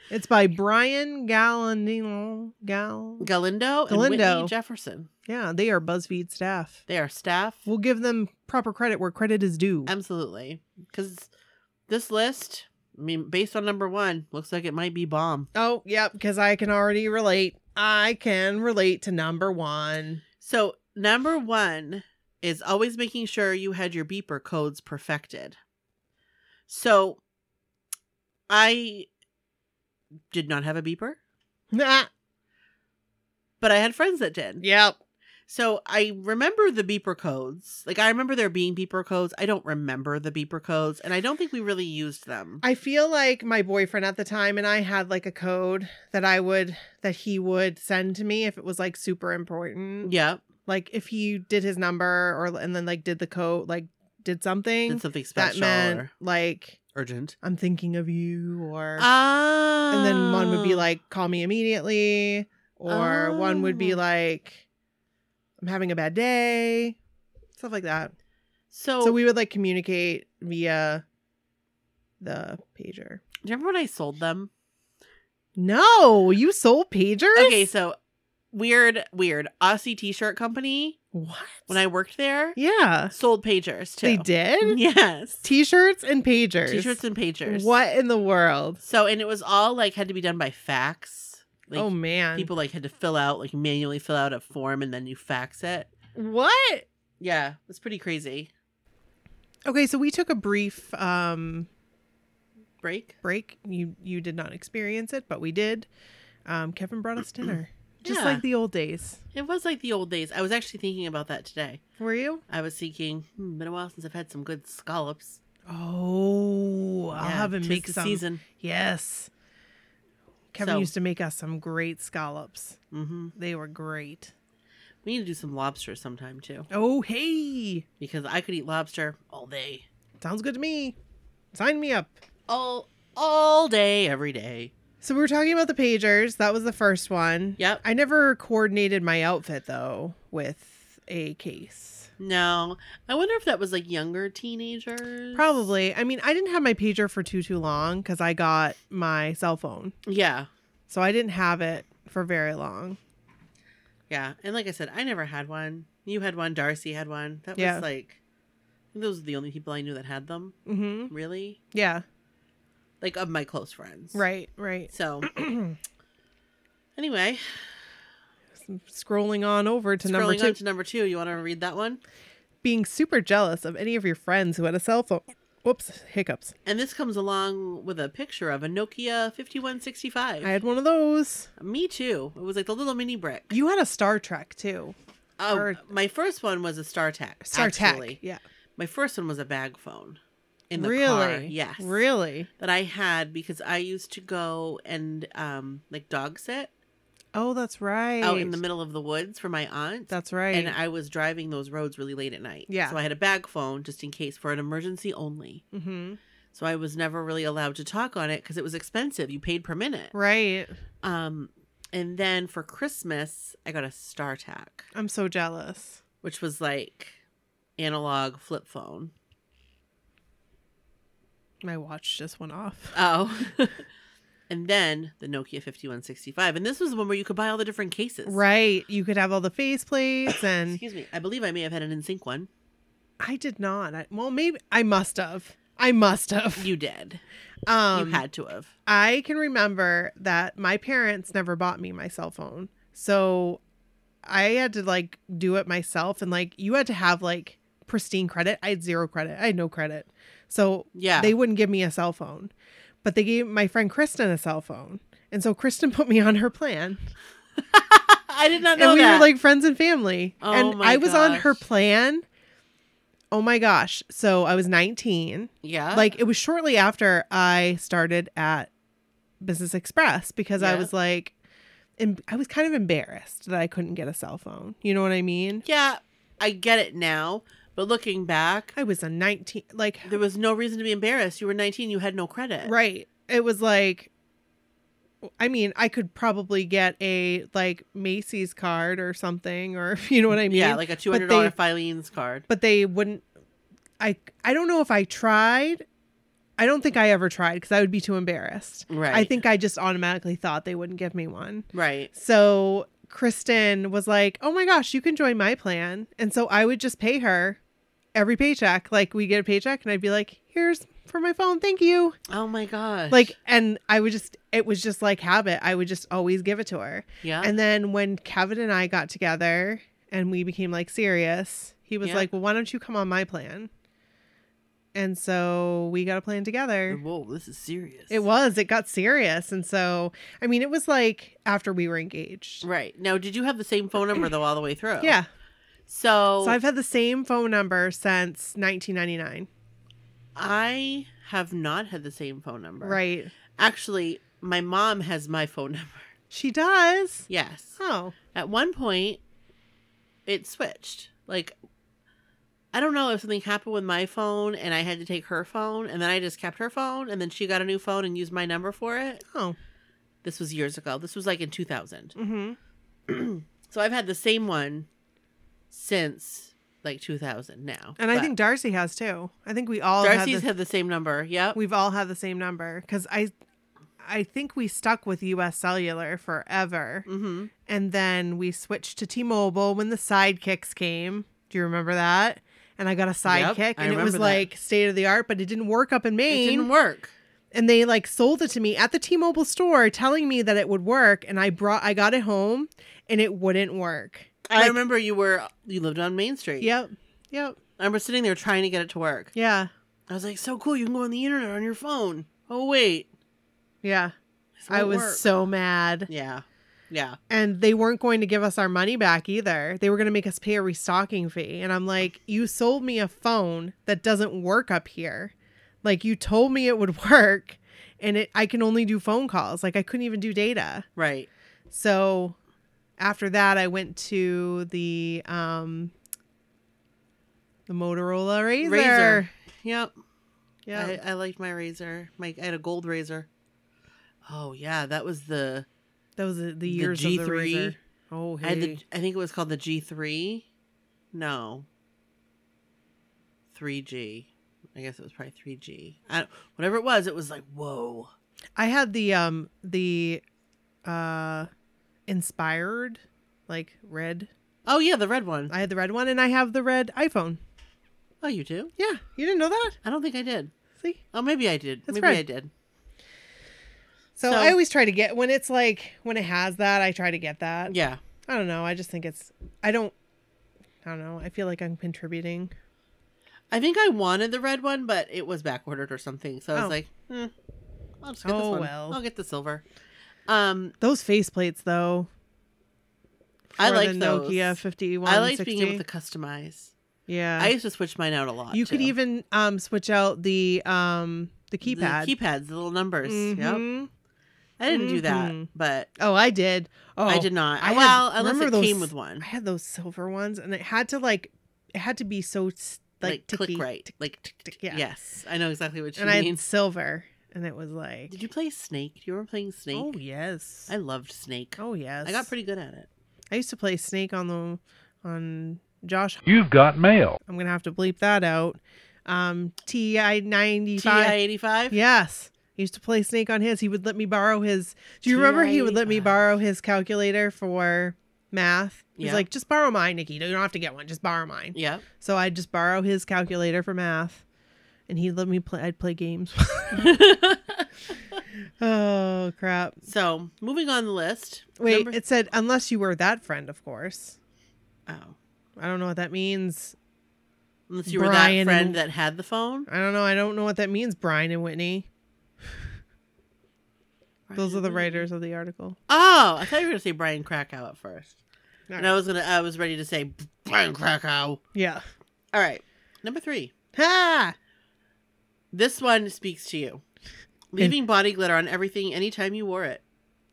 [SPEAKER 3] It's by Brian Gallandino. Gal.
[SPEAKER 2] Galindo, and
[SPEAKER 3] Galindo.
[SPEAKER 2] Whitney Jefferson.
[SPEAKER 3] Yeah, they are BuzzFeed staff.
[SPEAKER 2] They are staff.
[SPEAKER 3] We'll give them proper credit where credit is due.
[SPEAKER 2] Absolutely, because this list, I mean, based on number one, looks like it might be bomb.
[SPEAKER 3] Oh, yep, because I can already relate. I can relate to number one.
[SPEAKER 2] So, number one is always making sure you had your beeper codes perfected. So, I did not have a beeper,
[SPEAKER 3] Nah,
[SPEAKER 2] but I had friends that did.
[SPEAKER 3] yep.
[SPEAKER 2] So, I remember the beeper codes. Like, I remember there being beeper codes. I don't remember the beeper codes, and I don't think we really used them.
[SPEAKER 3] I feel like my boyfriend at the time and I had like a code that I would that he would send to me if it was like super important.
[SPEAKER 2] yeah.
[SPEAKER 3] Like if he did his number or and then like did the code like did something
[SPEAKER 2] Did something
[SPEAKER 3] that
[SPEAKER 2] special
[SPEAKER 3] meant
[SPEAKER 2] or
[SPEAKER 3] like
[SPEAKER 2] urgent.
[SPEAKER 3] I'm thinking of you or
[SPEAKER 2] Ah.
[SPEAKER 3] and then one would be like call me immediately or one would be
[SPEAKER 2] Oh.
[SPEAKER 3] like I'm having a bad day. Stuff like that.
[SPEAKER 2] so,
[SPEAKER 3] So we would like communicate via the pager.
[SPEAKER 2] do you remember when I sold them?
[SPEAKER 3] No, you sold pagers?
[SPEAKER 2] Okay, so weird, weird. Aussie T-shirt company.
[SPEAKER 3] What?
[SPEAKER 2] When I worked there,
[SPEAKER 3] yeah.
[SPEAKER 2] sold pagers too.
[SPEAKER 3] They did?
[SPEAKER 2] Yes,
[SPEAKER 3] T-shirts and pagers.
[SPEAKER 2] T-shirts and pagers.
[SPEAKER 3] What in the world?
[SPEAKER 2] So and it was all like had to be done by fax. Like
[SPEAKER 3] oh man.
[SPEAKER 2] people like had to fill out like manually fill out a form and then you fax it.
[SPEAKER 3] What?
[SPEAKER 2] Yeah, it's pretty crazy.
[SPEAKER 3] Okay, so we took a brief um
[SPEAKER 2] Break.
[SPEAKER 3] break. You you did not experience it, but we did. Um Kevin brought us dinner. Just
[SPEAKER 2] Yeah.
[SPEAKER 3] like the old days.
[SPEAKER 2] It was like the old days. I was actually thinking about that today.
[SPEAKER 3] Were you?
[SPEAKER 2] I was thinking, hmm, been a while since I've had some good scallops.
[SPEAKER 3] Oh, I'll
[SPEAKER 2] Yeah,
[SPEAKER 3] have him
[SPEAKER 2] tis
[SPEAKER 3] make
[SPEAKER 2] the
[SPEAKER 3] some.
[SPEAKER 2] season.
[SPEAKER 3] Yes. Kevin
[SPEAKER 2] So-
[SPEAKER 3] used to make us some great scallops.
[SPEAKER 2] hmm
[SPEAKER 3] They were great.
[SPEAKER 2] We need to do some lobster sometime too,
[SPEAKER 3] Oh, hey.
[SPEAKER 2] because I could eat lobster all day,
[SPEAKER 3] Sounds good to me. Sign me up.
[SPEAKER 2] all all day, every day.
[SPEAKER 3] So we were talking about the pagers. That was the first one.
[SPEAKER 2] Yep.
[SPEAKER 3] I never coordinated my outfit though with a case.
[SPEAKER 2] No, I wonder if that was like younger teenagers.
[SPEAKER 3] Probably. I mean, I didn't have my pager for too too long cuz I got my cell phone.
[SPEAKER 2] Yeah,
[SPEAKER 3] So I didn't have it for very long.
[SPEAKER 2] yeah. And like I said, I never had one. You had one. Darcy had one. That
[SPEAKER 3] Yeah.
[SPEAKER 2] was like, I think those are the only people I knew that had them.
[SPEAKER 3] Mhm.
[SPEAKER 2] Really,
[SPEAKER 3] Yeah.
[SPEAKER 2] like of my close friends.
[SPEAKER 3] Right, right.
[SPEAKER 2] So, anyway,
[SPEAKER 3] scrolling on over to number
[SPEAKER 2] Scrolling
[SPEAKER 3] two.
[SPEAKER 2] on to number two. You want to read that one?
[SPEAKER 3] being super jealous of any of your friends who had a cell phone. Whoops, hiccups.
[SPEAKER 2] And this comes along with a picture of a Nokia
[SPEAKER 3] I
[SPEAKER 2] 5165.
[SPEAKER 3] had one of those.
[SPEAKER 2] Me too. It was like the little mini brick.
[SPEAKER 3] You had a Star Trek too.
[SPEAKER 2] Oh,
[SPEAKER 3] or-
[SPEAKER 2] my first one was a StarTAC.
[SPEAKER 3] Star
[SPEAKER 2] actually.
[SPEAKER 3] Trek. Yeah.
[SPEAKER 2] My first one was a bag phone. In the
[SPEAKER 3] really?
[SPEAKER 2] car. Yes.
[SPEAKER 3] Really?
[SPEAKER 2] That I had because I used to go and um like dog sit
[SPEAKER 3] Oh, that's right.
[SPEAKER 2] out in the middle of the woods for my aunt.
[SPEAKER 3] That's right.
[SPEAKER 2] and I was driving those roads really late at night.
[SPEAKER 3] Yeah.
[SPEAKER 2] So I had a bag phone just in case for an emergency only.
[SPEAKER 3] mm-hmm.
[SPEAKER 2] So I was never really allowed to talk on it because it was expensive. You paid per minute.
[SPEAKER 3] Right.
[SPEAKER 2] Um, and then for Christmas, I got a StarTAC,
[SPEAKER 3] I'm so jealous.
[SPEAKER 2] which was like analog flip phone.
[SPEAKER 3] My watch just went off.
[SPEAKER 2] Oh. and then the Nokia 5165. And this was the one where you could buy all the different cases.
[SPEAKER 3] Right. You could have all the face plates and
[SPEAKER 2] Excuse me. I believe I may have had an NSYNC one.
[SPEAKER 3] I did not. I, well, maybe I must have. I must have.
[SPEAKER 2] You did.
[SPEAKER 3] Um
[SPEAKER 2] you had to have.
[SPEAKER 3] I can remember that my parents never bought me my cell phone. So I had to like do it myself and like you had to have like pristine credit. I had zero credit. I had no credit. So
[SPEAKER 2] Yeah.
[SPEAKER 3] they wouldn't give me a cell phone. But they gave my friend Kristen a cell phone. And so Kristen put me on her plan.
[SPEAKER 2] I did not know
[SPEAKER 3] And we
[SPEAKER 2] that.
[SPEAKER 3] were like friends and family.
[SPEAKER 2] Oh
[SPEAKER 3] and
[SPEAKER 2] my
[SPEAKER 3] I was on her
[SPEAKER 2] gosh.
[SPEAKER 3] plan. Oh my gosh. So I was 19
[SPEAKER 2] yeah.
[SPEAKER 3] like it was shortly after I started at Business Express because I
[SPEAKER 2] Yeah.
[SPEAKER 3] was like, and I was kind of embarrassed that I couldn't get a cell phone. You know what I mean?
[SPEAKER 2] Yeah, I get it now. But looking back,
[SPEAKER 3] I was a 19, like,
[SPEAKER 2] there was no reason to be embarrassed. You were 19, you had no credit.
[SPEAKER 3] right. It was like, I mean, I could probably get a like Macy's card or something, or you know what I mean?
[SPEAKER 2] Yeah, like a $200
[SPEAKER 3] they-
[SPEAKER 2] Filene's card.
[SPEAKER 3] but they wouldn't. I I don't know if I tried. I don't think I ever tried because I would be too embarrassed.
[SPEAKER 2] Right.
[SPEAKER 3] I think I just automatically thought they wouldn't give me one.
[SPEAKER 2] Right.
[SPEAKER 3] So Kristen was like, "Oh my gosh, you can join my plan." And so I would just pay her every paycheck. Like we get a paycheck and I'd be like, "Here's for my phone. Thank you."
[SPEAKER 2] Oh my gosh.
[SPEAKER 3] Like and I would just it was just like habit. I would just always give it to her.
[SPEAKER 2] yeah.
[SPEAKER 3] And then when Kevin and I got together and we became like serious, he was
[SPEAKER 2] Yeah.
[SPEAKER 3] like, "Well, why don't you come on my plan?" And so we got a plan together.
[SPEAKER 2] Whoa, this is serious.
[SPEAKER 3] It was. It got serious. And so, I mean, it was like after we were engaged.
[SPEAKER 2] Right. Now, did you have the same phone number, though, all the way through?
[SPEAKER 3] Yeah.
[SPEAKER 2] So,
[SPEAKER 3] So I've had the same phone number since 1999.
[SPEAKER 2] I have not had the same phone number.
[SPEAKER 3] Right.
[SPEAKER 2] Actually, my mom has my phone number.
[SPEAKER 3] She does.
[SPEAKER 2] Yes.
[SPEAKER 3] Oh.
[SPEAKER 2] At one point, it switched. Like, I don't know if something happened with my phone and I had to take her phone, and then I just kept her phone, and then she got a new phone and used my number for it.
[SPEAKER 3] Oh.
[SPEAKER 2] This was years ago. This was like in 2000.
[SPEAKER 3] Mm-hmm.
[SPEAKER 2] So I've had the same one since like 2000 now.
[SPEAKER 3] And I
[SPEAKER 2] But
[SPEAKER 3] think Darcy has too. I think we all
[SPEAKER 2] Darcy's
[SPEAKER 3] have the,
[SPEAKER 2] had the same number. Yep.
[SPEAKER 3] we've all had the same number because I I think we stuck with U.S. Cellular forever,
[SPEAKER 2] mm-hmm.
[SPEAKER 3] and then we switched to T-Mobile when the sidekicks came. Do you remember that? And I got a sidekick,
[SPEAKER 2] I
[SPEAKER 3] and it was
[SPEAKER 2] remember that.
[SPEAKER 3] like state of the art, but it didn't work up in
[SPEAKER 2] It
[SPEAKER 3] Maine.
[SPEAKER 2] didn't work.
[SPEAKER 3] and they like sold it to me at the T-Mobile store telling me that it would work and I brought I got it home and it wouldn't work.
[SPEAKER 2] I
[SPEAKER 3] Like-
[SPEAKER 2] remember you were you lived on Main Street.
[SPEAKER 3] Yep. Yep.
[SPEAKER 2] I remember sitting there trying to get it to work.
[SPEAKER 3] Yeah.
[SPEAKER 2] I was like, so cool, you can go on the internet on your phone. Oh wait.
[SPEAKER 3] Yeah.
[SPEAKER 2] this
[SPEAKER 3] I
[SPEAKER 2] won't
[SPEAKER 3] was
[SPEAKER 2] work.
[SPEAKER 3] so mad.
[SPEAKER 2] Yeah. Yeah.
[SPEAKER 3] And they weren't going to give us our money back either. They were going to make us pay a restocking fee and I'm like, "You sold me a phone that doesn't work up here. Like you told me it would work and it I can only do phone calls. Like I couldn't even do data."
[SPEAKER 2] Right.
[SPEAKER 3] So after that, I went to the um the Motorola Razor.
[SPEAKER 2] Razor. Yep.
[SPEAKER 3] Yeah,
[SPEAKER 2] I, I liked my razor. My I had a gold razor. Oh yeah, that was the
[SPEAKER 3] that was the, the years
[SPEAKER 2] G3.
[SPEAKER 3] of the Razor. Oh,
[SPEAKER 2] I, had
[SPEAKER 3] hey.
[SPEAKER 2] the, I think it was called the G3. No. 3G. I guess it was probably 3G. I don't, whatever it was, it was like, whoa.
[SPEAKER 3] I had the um the uh inspired like red.
[SPEAKER 2] Oh, yeah, the red one.
[SPEAKER 3] I had the red one, and I have the red iPhone.
[SPEAKER 2] Oh, you do?
[SPEAKER 3] Yeah, you didn't know that.
[SPEAKER 2] I don't think I did.
[SPEAKER 3] See,
[SPEAKER 2] Oh, maybe I did.
[SPEAKER 3] That's
[SPEAKER 2] maybe
[SPEAKER 3] right.
[SPEAKER 2] I did.
[SPEAKER 3] so,
[SPEAKER 2] So-
[SPEAKER 3] I always try to get when it's like when it has that. I try to get that.
[SPEAKER 2] Yeah.
[SPEAKER 3] I don't know. I just think it's. I don't. I don't know. I feel like I'm contributing.
[SPEAKER 2] I think I wanted the red one, but it was back ordered or something. So I was
[SPEAKER 3] Oh.
[SPEAKER 2] like, eh, I'll just get this
[SPEAKER 3] Oh,
[SPEAKER 2] one.
[SPEAKER 3] well.
[SPEAKER 2] I'll get the silver. Um,
[SPEAKER 3] Those face plates, though.
[SPEAKER 2] I
[SPEAKER 3] for
[SPEAKER 2] like
[SPEAKER 3] the
[SPEAKER 2] those.
[SPEAKER 3] Nokia 51.
[SPEAKER 2] I like being able to customize.
[SPEAKER 3] Yeah.
[SPEAKER 2] I used to switch mine out a lot.
[SPEAKER 3] you could
[SPEAKER 2] too.
[SPEAKER 3] even um switch out the um the
[SPEAKER 2] The
[SPEAKER 3] keypad.
[SPEAKER 2] keypads, the little numbers. Yep.
[SPEAKER 3] Mhm.
[SPEAKER 2] I didn't do that,
[SPEAKER 3] Mhm.
[SPEAKER 2] but
[SPEAKER 3] Oh, I did. Oh,
[SPEAKER 2] I did not.
[SPEAKER 3] I had-
[SPEAKER 2] well, unless it
[SPEAKER 3] remember those-
[SPEAKER 2] came with one,
[SPEAKER 3] I had those silver ones, and it had to like, it had to be so s-
[SPEAKER 2] like,
[SPEAKER 3] like,
[SPEAKER 2] click
[SPEAKER 3] ticky.
[SPEAKER 2] right, like tick, tick,
[SPEAKER 3] yeah.
[SPEAKER 2] yes, I know exactly what you
[SPEAKER 3] And I
[SPEAKER 2] mean.
[SPEAKER 3] had silver, and it was like,
[SPEAKER 2] Did you play Snake? Do you remember playing Snake?
[SPEAKER 3] oh yes,
[SPEAKER 2] I loved Snake.
[SPEAKER 3] oh yes.
[SPEAKER 2] I got pretty good at it.
[SPEAKER 3] I used to play Snake on the on Josh.
[SPEAKER 4] You've got mail.
[SPEAKER 3] I'm gonna have to bleep that out. Um, Ti ninety
[SPEAKER 2] TI
[SPEAKER 3] five.
[SPEAKER 2] eighty five.
[SPEAKER 3] Yes. I used to play Snake on his. He would let me borrow his. Do you remember he would let me
[SPEAKER 2] TI-85?
[SPEAKER 3] borrow his calculator for math? He's
[SPEAKER 2] Yeah.
[SPEAKER 3] like, just borrow mine, Nikki. You don't have to get one. Just borrow mine.
[SPEAKER 2] Yep.
[SPEAKER 3] So I'd just borrow his calculator for math, and he'd let me play. I'd play games. oh crap!
[SPEAKER 2] so moving on the list.
[SPEAKER 3] Wait,
[SPEAKER 2] number-
[SPEAKER 3] it said unless you were that friend, of course.
[SPEAKER 2] oh,
[SPEAKER 3] I don't know what that means.
[SPEAKER 2] unless you were that
[SPEAKER 3] Brian
[SPEAKER 2] friend
[SPEAKER 3] and-
[SPEAKER 2] that had the phone.
[SPEAKER 3] I don't know. I don't know what that means. Brian and Whitney. Those
[SPEAKER 2] Brian
[SPEAKER 3] are the
[SPEAKER 2] Whitney.
[SPEAKER 3] writers of the article.
[SPEAKER 2] Oh, I thought you were gonna say Brian Krakow at first,
[SPEAKER 3] All
[SPEAKER 2] and I was gonna. I was ready to say Brian Krakow.
[SPEAKER 3] Yeah.
[SPEAKER 2] All right, number three.
[SPEAKER 3] Ha!
[SPEAKER 2] This one speaks to you. Leaving body glitter on everything anytime you wore it,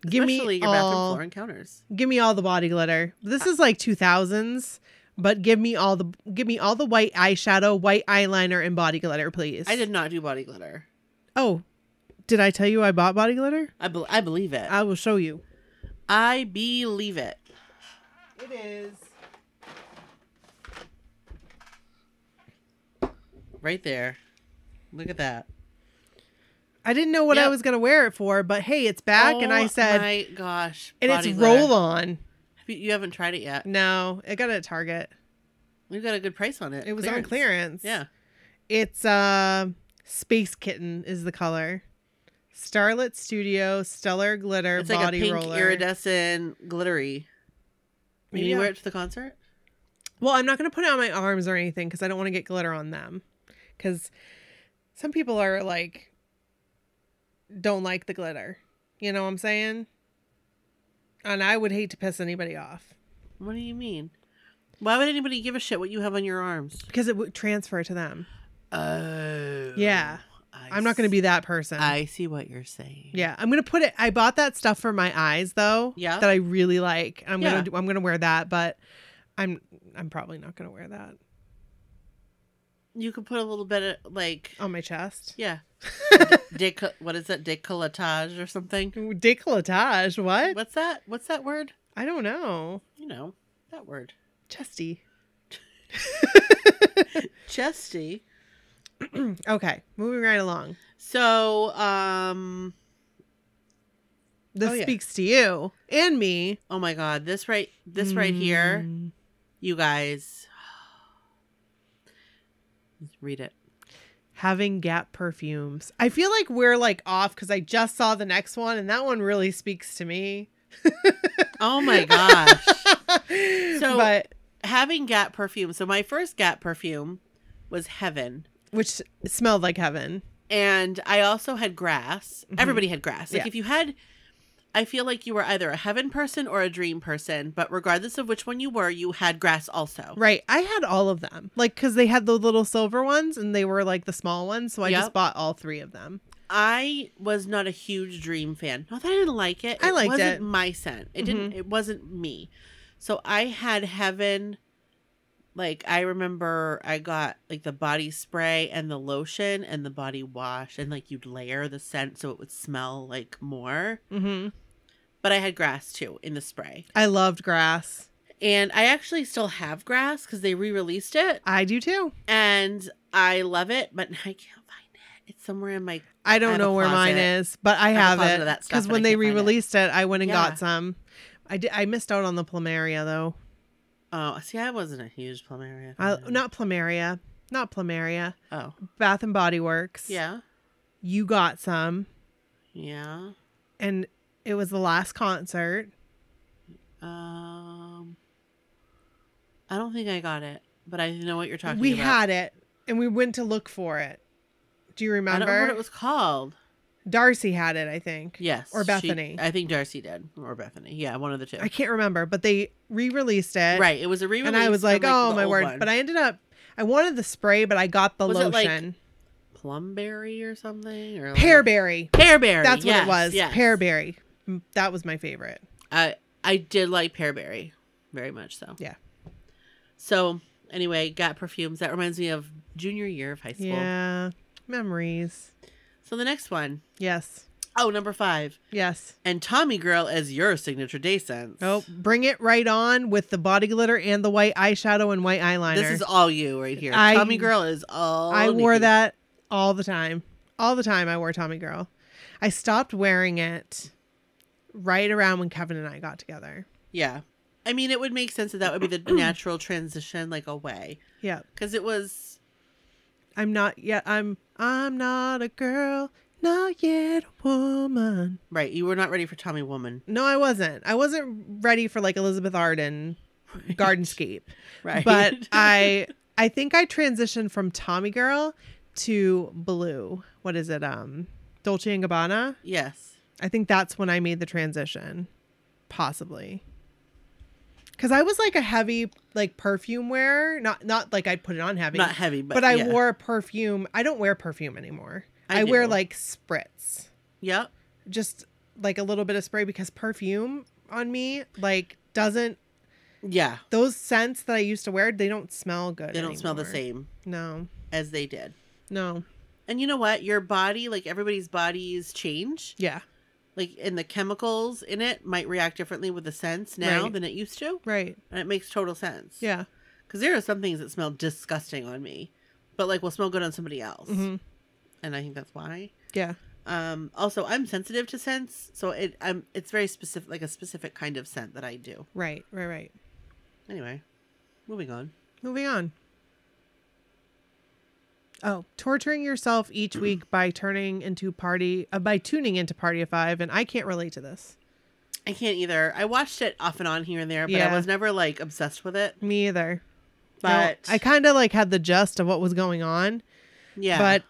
[SPEAKER 3] Give me
[SPEAKER 2] especially your bathroom
[SPEAKER 3] all.
[SPEAKER 2] floor and counters.
[SPEAKER 3] Give me all the body glitter. This
[SPEAKER 2] Uh,
[SPEAKER 3] is like 2000s, but give me all the give me all the white eyeshadow, white eyeliner, and body glitter, please.
[SPEAKER 2] I did not do body glitter.
[SPEAKER 3] Oh, did I tell you I bought body glitter?
[SPEAKER 2] I, bel I believe it.
[SPEAKER 3] I will show you.
[SPEAKER 2] I believe it.
[SPEAKER 3] It is.
[SPEAKER 2] Right there. Look at that.
[SPEAKER 3] I didn't know what I
[SPEAKER 2] Yep.
[SPEAKER 3] was gonna wear it for, but hey, it's back, and I
[SPEAKER 2] Oh
[SPEAKER 3] said,
[SPEAKER 2] my gosh.
[SPEAKER 3] and it's
[SPEAKER 2] body glitter.
[SPEAKER 3] roll on.
[SPEAKER 2] Have You, you haven't tried it yet.
[SPEAKER 3] No, I got it at Target.
[SPEAKER 2] We've got a good price on it.
[SPEAKER 3] It was on clearance.
[SPEAKER 2] Yeah.
[SPEAKER 3] It's uh, Space Kitten is the color. Starlit Studio Stellar Glitter
[SPEAKER 2] It's like a
[SPEAKER 3] Body
[SPEAKER 2] pink
[SPEAKER 3] Roller.
[SPEAKER 2] iridescent glittery. Maybe
[SPEAKER 3] Yeah.
[SPEAKER 2] you wear it to the concert?
[SPEAKER 3] Well, I'm not going to put it on my arms or anything because I don't want to get glitter on them. Because some people are like, don't like the glitter. You know what I'm saying? And I would hate to piss anybody off
[SPEAKER 2] What do you mean? Why would anybody give a shit what you have on your arms?
[SPEAKER 3] because it would transfer to them.
[SPEAKER 2] Oh.
[SPEAKER 3] Yeah.
[SPEAKER 2] I
[SPEAKER 3] I'm not going to be that person.
[SPEAKER 2] I see what you're saying.
[SPEAKER 3] yeah, I'm gonna put it. I bought that stuff for my eyes though.
[SPEAKER 2] Yeah.
[SPEAKER 3] that I really like. I'm
[SPEAKER 2] Yeah.
[SPEAKER 3] gonna do, I'm gonna wear that, but I'm I'm probably not gonna wear that
[SPEAKER 2] You could put a little bit of like
[SPEAKER 3] on my chest.
[SPEAKER 2] yeah. Dick what is that? Decolletage or something?
[SPEAKER 3] Décolletage? What?
[SPEAKER 2] What's that? What's that word?
[SPEAKER 3] I don't know.
[SPEAKER 2] You know, that word.
[SPEAKER 3] Chesty.
[SPEAKER 2] Chesty.
[SPEAKER 3] okay, moving right along.
[SPEAKER 2] So, um,
[SPEAKER 3] This
[SPEAKER 2] Oh, yeah.
[SPEAKER 3] speaks to you and me.
[SPEAKER 2] oh my god, this right this right here,
[SPEAKER 3] Mm.
[SPEAKER 2] you guys Let's read it.
[SPEAKER 3] Having Gap perfumes. I feel like we're like off because I just saw the next one and that one really speaks to me.
[SPEAKER 2] Oh my gosh.
[SPEAKER 3] so, but
[SPEAKER 2] Having Gap perfume. So my first Gap perfume was Heaven.
[SPEAKER 3] which smelled like heaven.
[SPEAKER 2] And I also had grass.
[SPEAKER 3] Mhm.
[SPEAKER 2] Everybody had grass. Like
[SPEAKER 3] Yeah.
[SPEAKER 2] if you had I feel like you were either a heaven person or a dream person, but regardless of which one you were, you had grass also.
[SPEAKER 3] Right. I had all of them. Like, because they had the little silver ones and they were like the small ones. So I
[SPEAKER 2] Yep.
[SPEAKER 3] just bought all three of them.
[SPEAKER 2] I was not a huge Dream fan. Not that I didn't like it.
[SPEAKER 3] I liked
[SPEAKER 2] wasn't
[SPEAKER 3] it. Mm-hmm.
[SPEAKER 2] My scent. It didn't. It wasn't me. So I had Heaven. Like I remember, I got like the body spray and the lotion and the body wash, and like you'd layer the scent so it would smell like more.
[SPEAKER 3] Mm-hmm.
[SPEAKER 2] But I had grass too in the spray,
[SPEAKER 3] I loved grass.
[SPEAKER 2] and I actually still have grass because they re-released it,
[SPEAKER 3] I do too.
[SPEAKER 2] and I love it. But I can't find it. It's somewhere in my
[SPEAKER 3] I
[SPEAKER 2] I
[SPEAKER 3] don't
[SPEAKER 2] have a
[SPEAKER 3] know where mine
[SPEAKER 2] closet.
[SPEAKER 3] is, but I
[SPEAKER 2] have a
[SPEAKER 3] have,
[SPEAKER 2] closet of
[SPEAKER 3] it.
[SPEAKER 2] that stuff
[SPEAKER 3] Because
[SPEAKER 2] and
[SPEAKER 3] when
[SPEAKER 2] I
[SPEAKER 3] they
[SPEAKER 2] can't find it.
[SPEAKER 3] re released it. I went and
[SPEAKER 2] Yeah.
[SPEAKER 3] got some. I, did, I missed out on the plumeria though.
[SPEAKER 2] Oh, see, I wasn't a huge plumeria.
[SPEAKER 3] I,
[SPEAKER 2] fan.
[SPEAKER 3] not plumeria. Not plumeria.
[SPEAKER 2] Oh,
[SPEAKER 3] Bath and Body Works.
[SPEAKER 2] yeah,
[SPEAKER 3] You got some.
[SPEAKER 2] yeah.
[SPEAKER 3] And it was the last concert.
[SPEAKER 2] Uh, I don't think I got it, but I know what you're talking
[SPEAKER 3] we
[SPEAKER 2] about.
[SPEAKER 3] had it and we went to look for it. Do you
[SPEAKER 2] I
[SPEAKER 3] remember?
[SPEAKER 2] don't know what it was called.
[SPEAKER 3] Darcy had it, I think.
[SPEAKER 2] Yes.
[SPEAKER 3] Or
[SPEAKER 2] she-
[SPEAKER 3] Bethany.
[SPEAKER 2] I think Darcy did. Or Bethany. Yeah, one of the two.
[SPEAKER 3] I can't remember, but they re-released it.
[SPEAKER 2] Right. It was a re-release.
[SPEAKER 3] And I was
[SPEAKER 2] of,
[SPEAKER 3] like, "Oh
[SPEAKER 2] the
[SPEAKER 3] my
[SPEAKER 2] old
[SPEAKER 3] word!"
[SPEAKER 2] one.
[SPEAKER 3] But I ended up, I wanted the spray, but I got the
[SPEAKER 2] Was it, like,
[SPEAKER 3] lotion.
[SPEAKER 2] Plumberry or something or
[SPEAKER 3] Pearberry.
[SPEAKER 2] like... Pearberry.
[SPEAKER 3] That's
[SPEAKER 2] yes,
[SPEAKER 3] what it was.
[SPEAKER 2] Yes.
[SPEAKER 3] Pearberry. M- That was my favorite.
[SPEAKER 2] I I did like Pearberry very much so.
[SPEAKER 3] Yeah.
[SPEAKER 2] So anyway, got perfumes. That reminds me of junior year of high school.
[SPEAKER 3] Yeah. Memories.
[SPEAKER 2] So the next one.
[SPEAKER 3] Yes.
[SPEAKER 2] Oh, number five.
[SPEAKER 3] Yes.
[SPEAKER 2] And Tommy Girl as your signature day sense.
[SPEAKER 3] Oh, bring it right on with the body glitter and the white eyeshadow and white eyeliner.
[SPEAKER 2] This is all you right here.
[SPEAKER 3] I-
[SPEAKER 2] Tommy Girl is all.
[SPEAKER 3] I wore
[SPEAKER 2] Nikki.
[SPEAKER 3] that all the time. All the time I wore Tommy Girl. I stopped wearing it right around when Kevin and I got together.
[SPEAKER 2] Yeah. I mean, it would make sense that that would be the natural transition, like away,
[SPEAKER 3] Yeah.
[SPEAKER 2] because it was
[SPEAKER 3] I'm not yet I'm I'm not a girl, not yet a woman.
[SPEAKER 2] right. You were not ready for Tommy Woman,
[SPEAKER 3] No, I wasn't. I wasn't ready for like Elizabeth Arden Gardenscape.
[SPEAKER 2] right?
[SPEAKER 3] But I I think I transitioned from Tommy Girl to Blue. What is it? Um Dolce and Gabbana.
[SPEAKER 2] yes,
[SPEAKER 3] I think that's when I made the transition, possibly. Because I was like a heavy like perfume wearer, not not like I'd put it on heavy,
[SPEAKER 2] not heavy, but
[SPEAKER 3] but, I
[SPEAKER 2] yeah.
[SPEAKER 3] wore perfume. I don't wear perfume anymore.
[SPEAKER 2] I
[SPEAKER 3] I, wear
[SPEAKER 2] do.
[SPEAKER 3] like spritz,
[SPEAKER 2] Yep.
[SPEAKER 3] just like a little bit of spray because perfume on me like doesn't
[SPEAKER 2] Yeah,
[SPEAKER 3] those scents that I used to wear they don't smell good.
[SPEAKER 2] they don't smell the
[SPEAKER 3] anymore.
[SPEAKER 2] same
[SPEAKER 3] No,
[SPEAKER 2] as they did.
[SPEAKER 3] no,
[SPEAKER 2] And you know what? Your body, like everybody's bodies, change.
[SPEAKER 3] yeah,
[SPEAKER 2] Like, and the chemicals in it might react differently with the scents now
[SPEAKER 3] Right.
[SPEAKER 2] than it used to,
[SPEAKER 3] right,
[SPEAKER 2] and it makes total sense.
[SPEAKER 3] yeah,
[SPEAKER 2] because there are some things that smell disgusting on me, but like will smell good on somebody else,
[SPEAKER 3] hmm
[SPEAKER 2] and I think that's why.
[SPEAKER 3] yeah,
[SPEAKER 2] Um, also, I'm sensitive to scents, so it um it's very specific, like a specific kind of scent that I do.
[SPEAKER 3] right, right, right.
[SPEAKER 2] Anyway, moving on.
[SPEAKER 3] Moving on. Oh, torturing yourself each week by turning into party uh, by tuning into Party of Five, and I can't relate to this.
[SPEAKER 2] I can't either. I watched it off and on here and there, but I
[SPEAKER 3] Yeah.
[SPEAKER 2] was never like obsessed with it.
[SPEAKER 3] Me either. No,
[SPEAKER 2] But
[SPEAKER 3] I kind of like had the gist of what was going on,
[SPEAKER 2] yeah,
[SPEAKER 3] but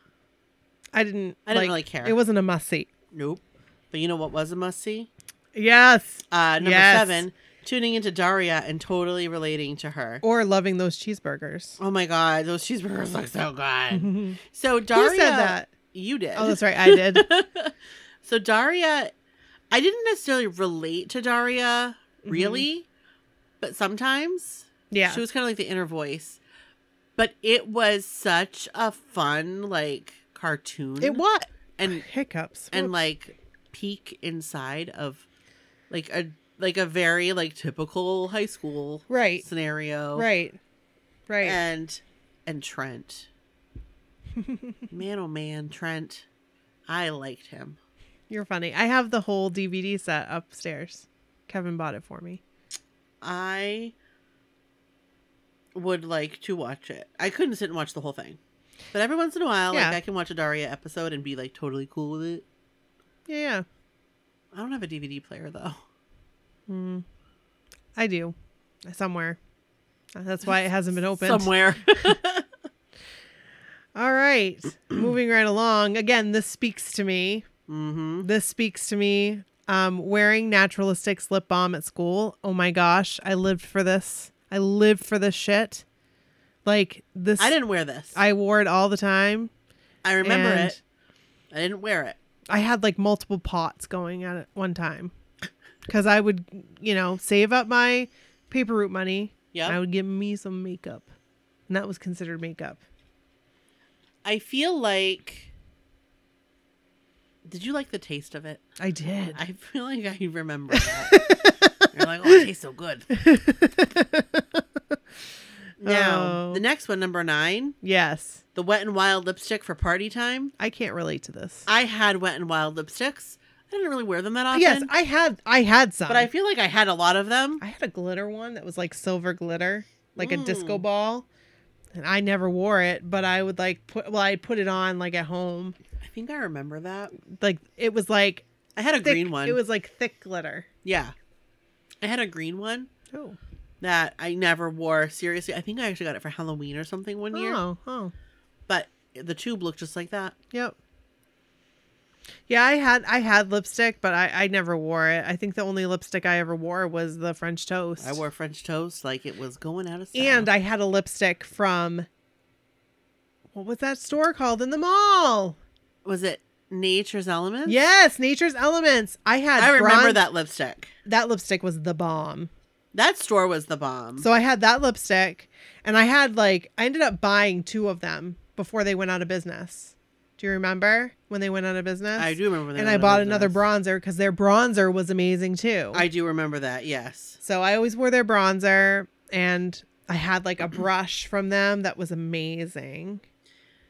[SPEAKER 3] I didn't.
[SPEAKER 2] I didn't
[SPEAKER 3] like,
[SPEAKER 2] really care.
[SPEAKER 3] It wasn't a must see.
[SPEAKER 2] nope. But you know what was a must see?
[SPEAKER 3] Yes,
[SPEAKER 2] Uh, number
[SPEAKER 3] Yes.
[SPEAKER 2] seven, tuning into Daria and totally relating to her.
[SPEAKER 3] or loving those cheeseburgers.
[SPEAKER 2] Oh my god, those cheeseburgers look so good.
[SPEAKER 3] Mm-hmm. Who
[SPEAKER 2] so Daria,
[SPEAKER 3] said that?
[SPEAKER 2] you did.
[SPEAKER 3] Oh, that's right. I did.
[SPEAKER 2] so Daria, I didn't necessarily relate to Daria really, but sometimes
[SPEAKER 3] Mm-hmm. Yeah,
[SPEAKER 2] she was kind of like the inner voice. But it was such a fun like cartoon.
[SPEAKER 3] it was
[SPEAKER 2] and
[SPEAKER 3] hiccups
[SPEAKER 2] and
[SPEAKER 3] Whoops.
[SPEAKER 2] like peek inside of like a like a very like typical high school
[SPEAKER 3] right,
[SPEAKER 2] scenario,
[SPEAKER 3] right, right.
[SPEAKER 2] And and Trent, man, oh man, Trent, I liked him.
[SPEAKER 3] You're funny. I have the whole DVD set upstairs. Kevin bought it for me.
[SPEAKER 2] I would like to watch it. I couldn't sit and watch the whole thing. But every once in a while,
[SPEAKER 3] Yeah.
[SPEAKER 2] like I can watch a Daria episode and be like totally cool with it.
[SPEAKER 3] Yeah, yeah.
[SPEAKER 2] I don't have a DVD player though.
[SPEAKER 3] Mm. I do. Somewhere. That's why it hasn't been opened.
[SPEAKER 2] Somewhere.
[SPEAKER 3] All right. Moving right along. Again, this speaks to me.
[SPEAKER 2] mm-hmm.
[SPEAKER 3] This speaks to me. Um, wearing naturalistic lip balm at school. Oh my gosh. I lived for this. I lived for this shit. Like this.
[SPEAKER 2] I didn't wear this. I,
[SPEAKER 3] I wore it all the time.
[SPEAKER 2] remember
[SPEAKER 3] and-
[SPEAKER 2] it. I didn't wear it.
[SPEAKER 3] I had like multiple pots going at it one time because I would, you know, save up my paper route money.
[SPEAKER 2] Yep.
[SPEAKER 3] and I would give me some makeup, and that was considered makeup.
[SPEAKER 2] I feel like. Did you like the taste of it?
[SPEAKER 3] I did.
[SPEAKER 2] I feel like I remember that. You're like, oh, it tastes so good. Now,
[SPEAKER 3] Oh.
[SPEAKER 2] the next one, number nine,
[SPEAKER 3] yes,
[SPEAKER 2] the Wet and Wild lipstick for party time.
[SPEAKER 3] I can't relate to this.
[SPEAKER 2] I had wet and wild lipsticks. I didn't really wear them that often.
[SPEAKER 3] yes, I had I had some,
[SPEAKER 2] but I feel like I had a lot of them.
[SPEAKER 3] I had a glitter one that was like silver glitter, like a disco
[SPEAKER 2] Mm.
[SPEAKER 3] ball, and I never wore it. But I would like put well, I put it on like at home,
[SPEAKER 2] I think I remember that.
[SPEAKER 3] like it was like
[SPEAKER 2] I had a
[SPEAKER 3] thick,
[SPEAKER 2] green one.
[SPEAKER 3] It was like thick glitter.
[SPEAKER 2] yeah. I had a green one
[SPEAKER 3] Oh,
[SPEAKER 2] that I never wore seriously. I think I actually got it for Halloween or something one year,
[SPEAKER 3] Oh, oh,
[SPEAKER 2] but the tube looked just like that.
[SPEAKER 3] yep. Yeah, I had I had lipstick, but I I never wore it. I think the only lipstick I ever wore was the French toast.
[SPEAKER 2] I wore French toast like it was going out of style.
[SPEAKER 3] and uh, I had a lipstick from what was that store called in the mall?
[SPEAKER 2] was it Nature's Elements?
[SPEAKER 3] Yes, Nature's Elements. I had
[SPEAKER 2] I remember
[SPEAKER 3] bronze-
[SPEAKER 2] that lipstick.
[SPEAKER 3] that lipstick was the bomb.
[SPEAKER 2] That store was the bomb.
[SPEAKER 3] So I had that lipstick and I had like I ended up buying two of them before they went out of business. Do you remember when they went out of business?
[SPEAKER 2] I do remember that.
[SPEAKER 3] And I bought another bronzer because their bronzer was amazing too.
[SPEAKER 2] I do remember that. Yes.
[SPEAKER 3] so I always wore their bronzer and I had like a brush from them that was amazing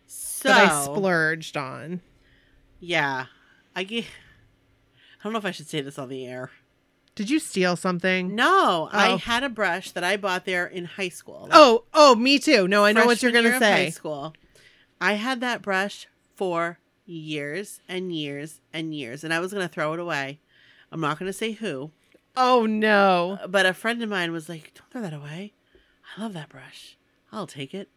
[SPEAKER 2] So
[SPEAKER 3] that I splurged on.
[SPEAKER 2] yeah, I ge- I don't know if I should say this on the air.
[SPEAKER 3] Did you steal something?
[SPEAKER 2] No, I
[SPEAKER 3] Oh.
[SPEAKER 2] had a brush that I bought there in high school.
[SPEAKER 3] Oh, oh, me too. No, I know what you're
[SPEAKER 2] freshman year
[SPEAKER 3] gonna
[SPEAKER 2] of High
[SPEAKER 3] say.
[SPEAKER 2] school. I had that brush for years and years and years, and I was gonna throw it away. I'm not gonna say who,
[SPEAKER 3] Oh no.
[SPEAKER 2] but a friend of mine was like, "Don't throw that away. I love that brush. I'll take it."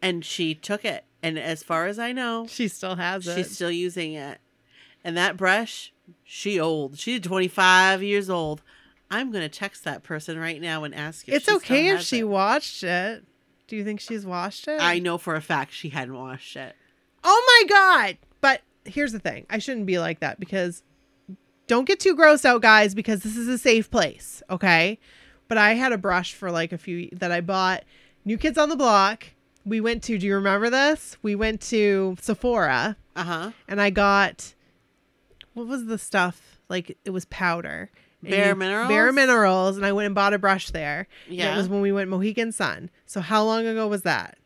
[SPEAKER 2] And she took it, and as far as I know,
[SPEAKER 3] She still has it.
[SPEAKER 2] she's still using it. And that brush, she old. She's 25 years old. I'm gonna text that person right now and ask if
[SPEAKER 3] it's
[SPEAKER 2] she still
[SPEAKER 3] okay if
[SPEAKER 2] has
[SPEAKER 3] she
[SPEAKER 2] it.
[SPEAKER 3] watched it. Do you think she's watched it?
[SPEAKER 2] I know for a fact she hadn't washed it.
[SPEAKER 3] Oh my god! But here's the thing: I shouldn't be like that because don't get too grossed out, guys, because this is a safe place, okay? But I had a brush for like a few that I bought. New Kids on the Block. We went to. Do you remember this? We went to Sephora,
[SPEAKER 2] Uh huh.
[SPEAKER 3] and I got what was the stuff? Like it was powder. And
[SPEAKER 2] Bare
[SPEAKER 3] you-
[SPEAKER 2] Minerals?
[SPEAKER 3] Bare minerals, and I went and bought a brush there. Yeah,
[SPEAKER 2] Yeah.
[SPEAKER 3] it was when we went Mohegan Sun. So how long ago was that?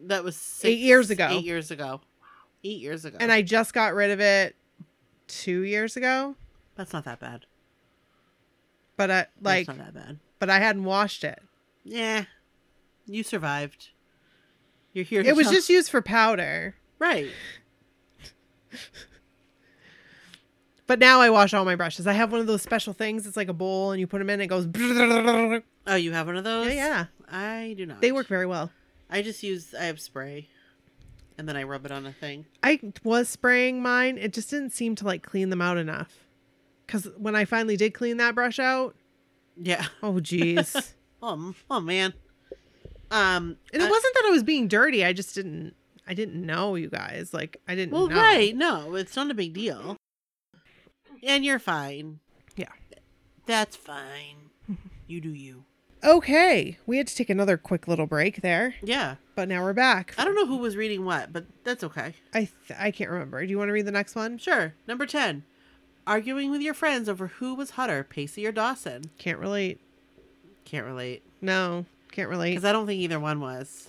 [SPEAKER 2] That was six,
[SPEAKER 3] Eight years ago.
[SPEAKER 2] Eight years ago. Eight years ago.
[SPEAKER 3] and I just got rid of it two years ago.
[SPEAKER 2] that's not that bad.
[SPEAKER 3] But I like,
[SPEAKER 2] that's not that bad.
[SPEAKER 3] but I hadn't washed it.
[SPEAKER 2] Yeah, you survived. You're here. To
[SPEAKER 3] It was
[SPEAKER 2] tell-
[SPEAKER 3] just used for powder.
[SPEAKER 2] right.
[SPEAKER 3] But now I wash all my brushes. I have one of those special things. It's like a bowl, and you put them in. It goes. Yeah,
[SPEAKER 2] Oh, you have one of those.
[SPEAKER 3] yeah.
[SPEAKER 2] I do not.
[SPEAKER 3] They work very well.
[SPEAKER 2] I just use. I have spray, and then I rub it on a thing.
[SPEAKER 3] I was spraying mine. It just didn't seem to like clean them out enough. Cause when I finally did clean that brush out,
[SPEAKER 2] Yeah.
[SPEAKER 3] oh jeez.
[SPEAKER 2] Um. Oh man. Um.
[SPEAKER 3] and it
[SPEAKER 2] I-
[SPEAKER 3] wasn't that I was being dirty. I just didn't. I didn't know you guys. Like I didn't.
[SPEAKER 2] Well,
[SPEAKER 3] know.
[SPEAKER 2] right. No, it's not a big deal. And you're fine.
[SPEAKER 3] Yeah.
[SPEAKER 2] That's fine. you do you.
[SPEAKER 3] Okay, we had to take another quick little break there,
[SPEAKER 2] Yeah.
[SPEAKER 3] but now we're back.
[SPEAKER 2] I don't know who was reading what, but that's okay.
[SPEAKER 3] I th- I can't remember. Do you want to read the next one?
[SPEAKER 2] Sure. Number 10. Arguing with your friends over who was hotter, Pacey or Dawson.
[SPEAKER 3] Can't relate.
[SPEAKER 2] Can't relate.
[SPEAKER 3] No, can't relate.
[SPEAKER 2] Because I don't think either one was.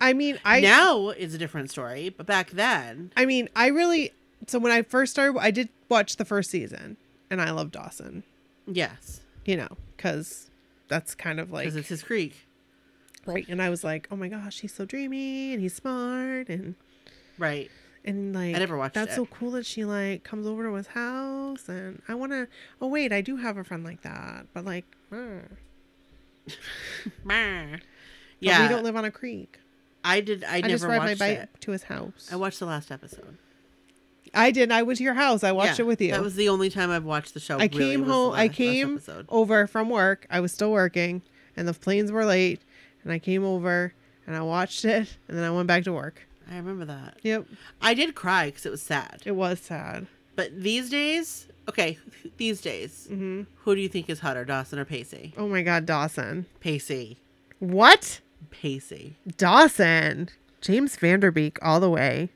[SPEAKER 3] I mean, I
[SPEAKER 2] now it's a different story, but back then,
[SPEAKER 3] I mean, I really. So when I first started, I did watch the first season, and I love Dawson.
[SPEAKER 2] yes.
[SPEAKER 3] You know, because that's kind of like
[SPEAKER 2] Because it's his creek.
[SPEAKER 3] right. And I was like, oh my gosh, he's so dreamy, and he's smart, and
[SPEAKER 2] Right.
[SPEAKER 3] and like
[SPEAKER 2] I never watched
[SPEAKER 3] That's
[SPEAKER 2] it.
[SPEAKER 3] so cool that she like comes over to his house, and I want to. Oh wait, I do have a friend like that, but like,
[SPEAKER 2] Hmm.
[SPEAKER 3] mm,
[SPEAKER 2] Meh.
[SPEAKER 3] but
[SPEAKER 2] Yeah.
[SPEAKER 3] we don't live on a creek.
[SPEAKER 2] I did. I,
[SPEAKER 3] I
[SPEAKER 2] never
[SPEAKER 3] just ride my
[SPEAKER 2] watched
[SPEAKER 3] bike
[SPEAKER 2] it.
[SPEAKER 3] to his house.
[SPEAKER 2] I watched the last episode.
[SPEAKER 3] I did. I was to your house. I watched
[SPEAKER 2] Yeah,
[SPEAKER 3] it with you.
[SPEAKER 2] That was the only time I've watched the show.
[SPEAKER 3] I
[SPEAKER 2] really,
[SPEAKER 3] came
[SPEAKER 2] was the
[SPEAKER 3] home.
[SPEAKER 2] la-
[SPEAKER 3] I
[SPEAKER 2] last
[SPEAKER 3] came
[SPEAKER 2] episode.
[SPEAKER 3] over from work. I was still working, and the planes were late. And I came over and I watched it, and then I went back to work.
[SPEAKER 2] I remember that.
[SPEAKER 3] Yep,
[SPEAKER 2] I did cry because it was sad.
[SPEAKER 3] it was sad.
[SPEAKER 2] But these days, okay, these days,
[SPEAKER 3] hmm
[SPEAKER 2] who do you think is hotter, Dawson or Pacey?
[SPEAKER 3] Oh my God, Dawson!
[SPEAKER 2] Pacey.
[SPEAKER 3] What
[SPEAKER 2] Pacey.
[SPEAKER 3] Dawson? James Vanderbeek all the way.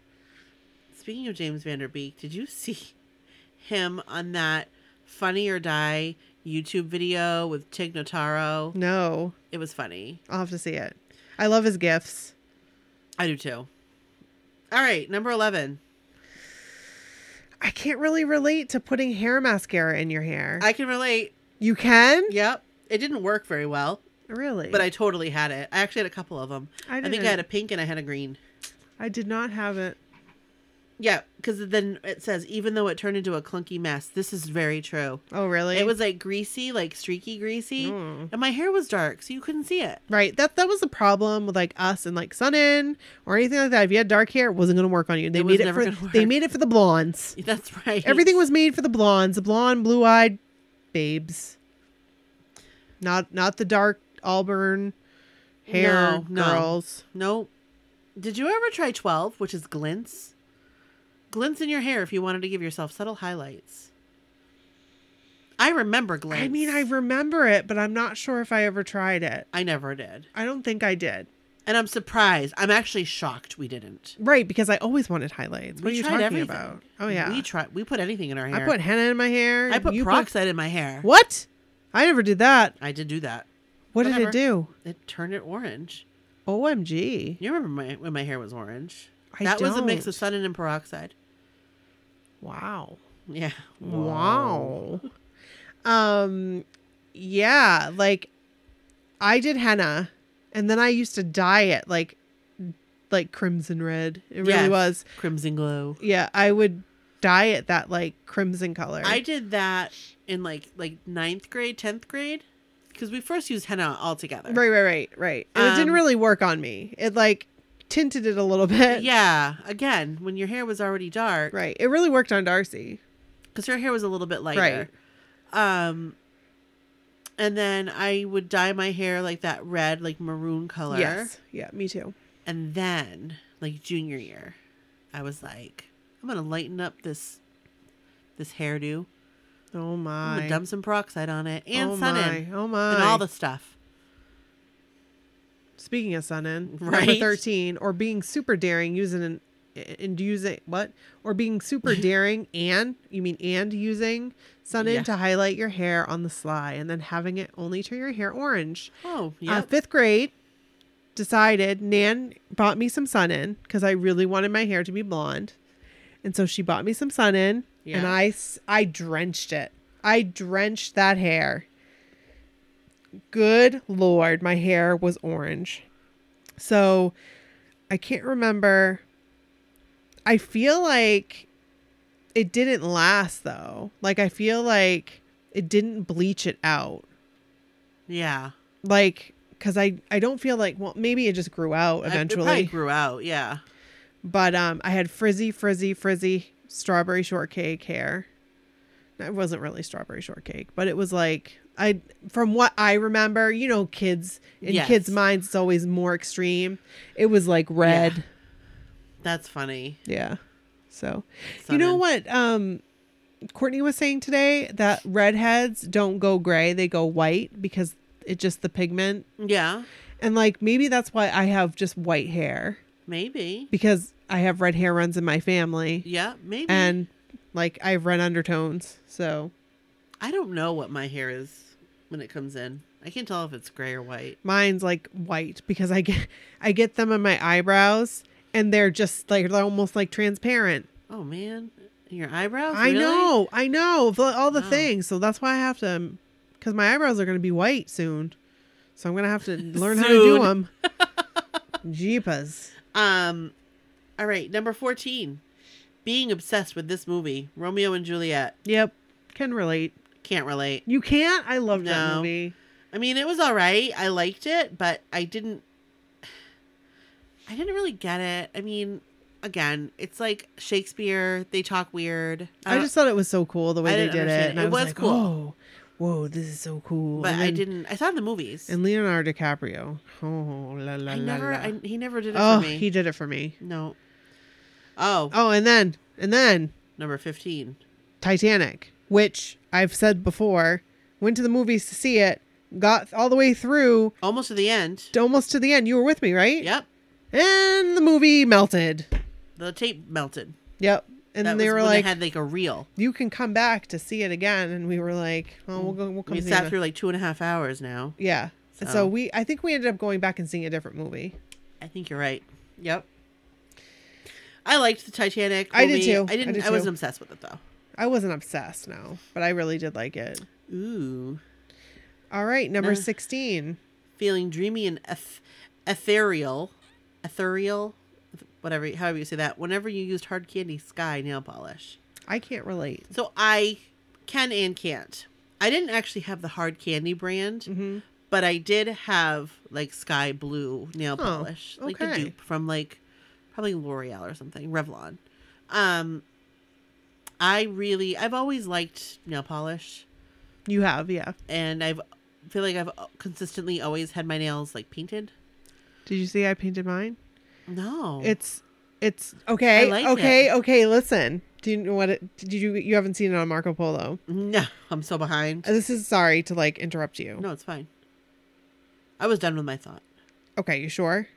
[SPEAKER 2] Speaking of James Vanderbeek, did you see him on that Funny or Die YouTube video with Tig Notaro?
[SPEAKER 3] No,
[SPEAKER 2] It was funny.
[SPEAKER 3] I'll have to see it. I love his gifts.
[SPEAKER 2] I do too. All right, number 11.
[SPEAKER 3] I can't really relate to putting hair mascara in your hair.
[SPEAKER 2] I can relate.
[SPEAKER 3] you can
[SPEAKER 2] Yep. It didn't work very well,
[SPEAKER 3] really,
[SPEAKER 2] but I totally had it. I actually had a couple of them. I think I
[SPEAKER 3] didn't.
[SPEAKER 2] had a pink and I had a green.
[SPEAKER 3] I did not have it.
[SPEAKER 2] Yeah, because then it says even though it turned into a clunky mess, this is very true.
[SPEAKER 3] Oh, really?
[SPEAKER 2] It was like greasy, like streaky greasy,
[SPEAKER 3] Mm.
[SPEAKER 2] and my hair was dark, so you couldn't see it.
[SPEAKER 3] Right. That that was the problem with like us and like Sun In or anything like that. If you had dark hair, it wasn't going to work on you. They
[SPEAKER 2] It was
[SPEAKER 3] made it
[SPEAKER 2] never
[SPEAKER 3] for
[SPEAKER 2] gonna
[SPEAKER 3] they
[SPEAKER 2] work.
[SPEAKER 3] made it for the blondes.
[SPEAKER 2] That's right.
[SPEAKER 3] Everything was made for the blondes, the blonde, blue-eyed babes. Not not the dark auburn hair
[SPEAKER 2] No, no.
[SPEAKER 3] girls.
[SPEAKER 2] no. Did you ever try twelve, which is glints? Glints in your hair if you wanted to give yourself subtle highlights. I remember glints.
[SPEAKER 3] I mean, I remember it, but I'm not sure if I ever tried it.
[SPEAKER 2] I never did,
[SPEAKER 3] I don't think I did.
[SPEAKER 2] and I'm surprised. I'm actually shocked we didn't.
[SPEAKER 3] Right, because I always wanted highlights.
[SPEAKER 2] We
[SPEAKER 3] What are you
[SPEAKER 2] tried
[SPEAKER 3] talking
[SPEAKER 2] everything.
[SPEAKER 3] about? Oh yeah.
[SPEAKER 2] we tried. We put anything in our hair.
[SPEAKER 3] I put henna in my hair.
[SPEAKER 2] I put
[SPEAKER 3] you
[SPEAKER 2] peroxide in my hair.
[SPEAKER 3] What? I never did that.
[SPEAKER 2] I did do that.
[SPEAKER 3] What did
[SPEAKER 2] Whatever.
[SPEAKER 3] it do?
[SPEAKER 2] It turned it orange.
[SPEAKER 3] OMG.
[SPEAKER 2] You remember my, when my hair was orange?
[SPEAKER 3] I
[SPEAKER 2] that was a mix of
[SPEAKER 3] don't.
[SPEAKER 2] sun and peroxide.
[SPEAKER 3] Wow.
[SPEAKER 2] Yeah.
[SPEAKER 3] Wow. Um yeah, like I did henna and then I used to dye it like like crimson red. It really
[SPEAKER 2] Yes.
[SPEAKER 3] was.
[SPEAKER 2] Crimson glow.
[SPEAKER 3] Yeah, I would dye it that like crimson color.
[SPEAKER 2] I did that in like like ninth grade, tenth grade, because we first used henna all together.
[SPEAKER 3] Right, right, right, right. And it didn't
[SPEAKER 2] Um,
[SPEAKER 3] really work on me. It like tinted it a little bit.
[SPEAKER 2] Yeah. Again, when your hair was already dark,
[SPEAKER 3] Right. It really worked on Darcy.
[SPEAKER 2] because her hair was a little bit lighter. Um. And then I would dye my hair like that red, like maroon color.
[SPEAKER 3] Yes. Yeah, me too.
[SPEAKER 2] And then, like junior year, I was like, I'm gonna lighten up this this hairdo.
[SPEAKER 3] Oh
[SPEAKER 2] I'm
[SPEAKER 3] my.
[SPEAKER 2] gonna dump some peroxide on it and
[SPEAKER 3] oh
[SPEAKER 2] sun
[SPEAKER 3] my.
[SPEAKER 2] in
[SPEAKER 3] Oh my.
[SPEAKER 2] and all the stuff.
[SPEAKER 3] Speaking of sunning, number
[SPEAKER 2] Right.
[SPEAKER 3] thirteen, or being super daring using an and using what? Or being super daring and you mean and using sunnin
[SPEAKER 2] Yeah.
[SPEAKER 3] to highlight your hair on the sly, and then having it only turn your hair orange.
[SPEAKER 2] Oh
[SPEAKER 3] Uh,
[SPEAKER 2] yeah,
[SPEAKER 3] fifth grade, decided Nan bought me some sunnin because I really wanted my hair to be blonde, and so she bought me some sunnin, and
[SPEAKER 2] Yeah.
[SPEAKER 3] I s- I drenched it. I drenched that hair. Good lord, my hair was orange. So I can't remember. I feel like it didn't last though. Like I feel like it didn't bleach it out
[SPEAKER 2] yeah.
[SPEAKER 3] like because I I don't feel like well maybe it just grew out
[SPEAKER 2] I- it probably
[SPEAKER 3] eventually,
[SPEAKER 2] grew out. Yeah,
[SPEAKER 3] but um I had frizzy frizzy frizzy strawberry shortcake hair. No, It wasn't really strawberry shortcake, but it was like I from what I remember, you know, kids in
[SPEAKER 2] Yes.
[SPEAKER 3] kids' minds it's always more extreme. It was like red,
[SPEAKER 2] that's funny.
[SPEAKER 3] yeah. So you know
[SPEAKER 2] Sunnin.
[SPEAKER 3] what um Courtney was saying today that redheads don't go gray; they go white because it just the pigment
[SPEAKER 2] Yeah,
[SPEAKER 3] And like maybe that's why I have just white hair
[SPEAKER 2] maybe.
[SPEAKER 3] because I have red hair runs in my family
[SPEAKER 2] Yeah, maybe.
[SPEAKER 3] and like I have red undertones. So
[SPEAKER 2] I don't know what my hair is when it comes in. I can't tell if it's gray or white.
[SPEAKER 3] mine's like white because I get I get them on my eyebrows and they're just like they're almost like transparent.
[SPEAKER 2] Oh man, your eyebrows.
[SPEAKER 3] I
[SPEAKER 2] Oh, really?
[SPEAKER 3] know. I know the- all the
[SPEAKER 2] Wow.
[SPEAKER 3] things. So that's why I have to cuz my eyebrows are going to be white soon. So I'm going to have to learn how to do them. Jeepers.
[SPEAKER 2] Um, all right, number fourteen. Being obsessed with this movie, Romeo and Juliet.
[SPEAKER 3] Yep. Can relate.
[SPEAKER 2] Can't relate.
[SPEAKER 3] You can't? I love that
[SPEAKER 2] No.
[SPEAKER 3] movie.
[SPEAKER 2] I mean, it was all right. I liked it, but I didn't. I didn't really get it. I mean, again, it's like Shakespeare. They talk weird. Uh,
[SPEAKER 3] I
[SPEAKER 2] don't-
[SPEAKER 3] just thought it was so cool the way
[SPEAKER 2] I
[SPEAKER 3] they
[SPEAKER 2] didn't
[SPEAKER 3] did it.
[SPEAKER 2] understand it.
[SPEAKER 3] And
[SPEAKER 2] It
[SPEAKER 3] I was,
[SPEAKER 2] was
[SPEAKER 3] like,
[SPEAKER 2] cool.
[SPEAKER 3] Whoa, whoa, this is so cool.
[SPEAKER 2] but
[SPEAKER 3] and
[SPEAKER 2] I
[SPEAKER 3] then-
[SPEAKER 2] didn't. I saw it in the movies.
[SPEAKER 3] And Leonardo DiCaprio. Oh, la, la,
[SPEAKER 2] I
[SPEAKER 3] la,
[SPEAKER 2] never.
[SPEAKER 3] la.
[SPEAKER 2] I, he never did it
[SPEAKER 3] oh,
[SPEAKER 2] for me.
[SPEAKER 3] he did it for me.
[SPEAKER 2] no. Oh,
[SPEAKER 3] Oh, and then and then
[SPEAKER 2] number fifteen.
[SPEAKER 3] Titanic, which I've said before, went to the movies to see it, got all the way through,
[SPEAKER 2] Almost to the end.
[SPEAKER 3] to almost to the end. You were with me, right?
[SPEAKER 2] Yep.
[SPEAKER 3] And the movie melted.
[SPEAKER 2] The tape melted.
[SPEAKER 3] Yep. And
[SPEAKER 2] that
[SPEAKER 3] they
[SPEAKER 2] was
[SPEAKER 3] were
[SPEAKER 2] when
[SPEAKER 3] like,
[SPEAKER 2] they had like a reel.
[SPEAKER 3] "You can come back to see it again," and we were like, "Oh, we'll go. We'll come
[SPEAKER 2] We
[SPEAKER 3] see it."
[SPEAKER 2] sat
[SPEAKER 3] in-
[SPEAKER 2] through like two and a half hours now.
[SPEAKER 3] Yeah. So.
[SPEAKER 2] So-
[SPEAKER 3] we I think we ended up going back and seeing a different movie.
[SPEAKER 2] I think you're right. Yep. I liked the Titanic.
[SPEAKER 3] I did
[SPEAKER 2] movie.
[SPEAKER 3] too.
[SPEAKER 2] I didn't.
[SPEAKER 3] I
[SPEAKER 2] I,
[SPEAKER 3] did
[SPEAKER 2] wasn't
[SPEAKER 3] too.
[SPEAKER 2] obsessed with it though.
[SPEAKER 3] I wasn't obsessed, no, but I really did like it.
[SPEAKER 2] Ooh,
[SPEAKER 3] All right, number
[SPEAKER 2] Nah.
[SPEAKER 3] 16.
[SPEAKER 2] feeling dreamy and eth- ethereal, ethereal, whatever, however you say that, whenever you used hard candy sky nail polish.
[SPEAKER 3] I can't relate.
[SPEAKER 2] So I can and can't. I didn't actually have the hard candy brand,
[SPEAKER 3] Mm-hmm.
[SPEAKER 2] but I did have like sky blue nail
[SPEAKER 3] Oh,
[SPEAKER 2] polish, like the
[SPEAKER 3] okay.
[SPEAKER 2] dupe from like probably L'Oreal or something, Revlon. Um, I really, I've always liked nail polish,
[SPEAKER 3] You have, yeah.
[SPEAKER 2] and I've feel like I've consistently always had my nails like painted.
[SPEAKER 3] Did you see I painted mine?
[SPEAKER 2] No,
[SPEAKER 3] It's it's okay.
[SPEAKER 2] like
[SPEAKER 3] okay, okay, listen. Do you know what it did you you haven't seen it on Marco Polo?
[SPEAKER 2] no, I'm so behind.
[SPEAKER 3] Uh, This is sorry to like interrupt you.
[SPEAKER 2] No, it's fine. I was done with my thought.
[SPEAKER 3] Okay, you sure?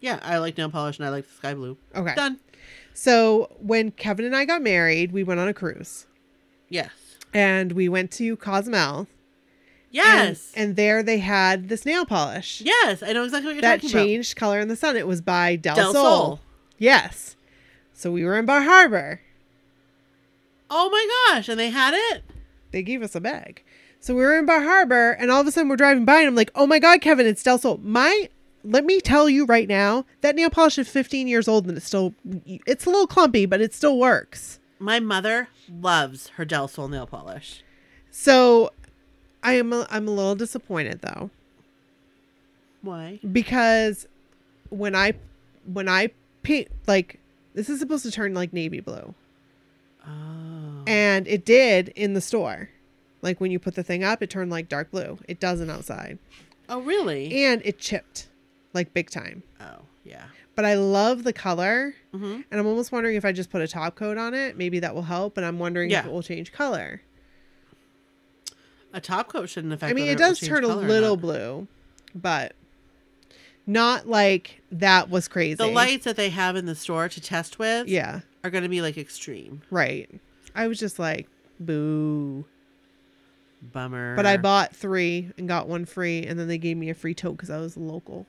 [SPEAKER 2] Yeah, I like nail polish and I like the sky blue.
[SPEAKER 3] Okay.
[SPEAKER 2] Done.
[SPEAKER 3] So when Kevin and I got married, we went on a cruise
[SPEAKER 2] Yes.
[SPEAKER 3] and we went to Cozumel. and-
[SPEAKER 2] Yes.
[SPEAKER 3] And, there they had this nail polish
[SPEAKER 2] yes, I know exactly what you're
[SPEAKER 3] that
[SPEAKER 2] talking
[SPEAKER 3] changed color in the sun. It was by Del,
[SPEAKER 2] about. Del
[SPEAKER 3] Sol.
[SPEAKER 2] Sol.
[SPEAKER 3] Yes. So we were in Bar Harbor.
[SPEAKER 2] Oh my gosh, and they had it?
[SPEAKER 3] They gave us a bag. So we were in Bar Harbor and all of a sudden we're driving by and I'm like, oh my God, Kevin, it's Del Sol. My, let me tell you right now, that nail polish is 15 years old and it's still, it's a little clumpy, but it still works.
[SPEAKER 2] My mother loves her Del Sol nail polish.
[SPEAKER 3] So I am, a, I'm a little disappointed though.
[SPEAKER 2] Why?
[SPEAKER 3] because when I when I paint like this is supposed to turn like navy blue
[SPEAKER 2] Oh.
[SPEAKER 3] and it did in the store. Like when you put the thing up, it turned like dark blue. It doesn't outside.
[SPEAKER 2] oh, really?
[SPEAKER 3] And it chipped like big time.
[SPEAKER 2] oh, yeah.
[SPEAKER 3] But I love the color
[SPEAKER 2] Mm-hmm.
[SPEAKER 3] and I'm almost wondering if I just put a top coat on it, maybe that will help, but I'm wondering if
[SPEAKER 2] Yeah.
[SPEAKER 3] it will change color.
[SPEAKER 2] A top coat shouldn't affect
[SPEAKER 3] I mean,
[SPEAKER 2] whether
[SPEAKER 3] it
[SPEAKER 2] will
[SPEAKER 3] does
[SPEAKER 2] change
[SPEAKER 3] turn a
[SPEAKER 2] color or
[SPEAKER 3] little
[SPEAKER 2] not.
[SPEAKER 3] blue, but not like that was crazy.
[SPEAKER 2] The lights that they have in the store to test with
[SPEAKER 3] Yeah.
[SPEAKER 2] are going to be like extreme.
[SPEAKER 3] Right. I was just like, boo.
[SPEAKER 2] Bummer.
[SPEAKER 3] But I bought three and got one free, and then they gave me a free tote because I was local.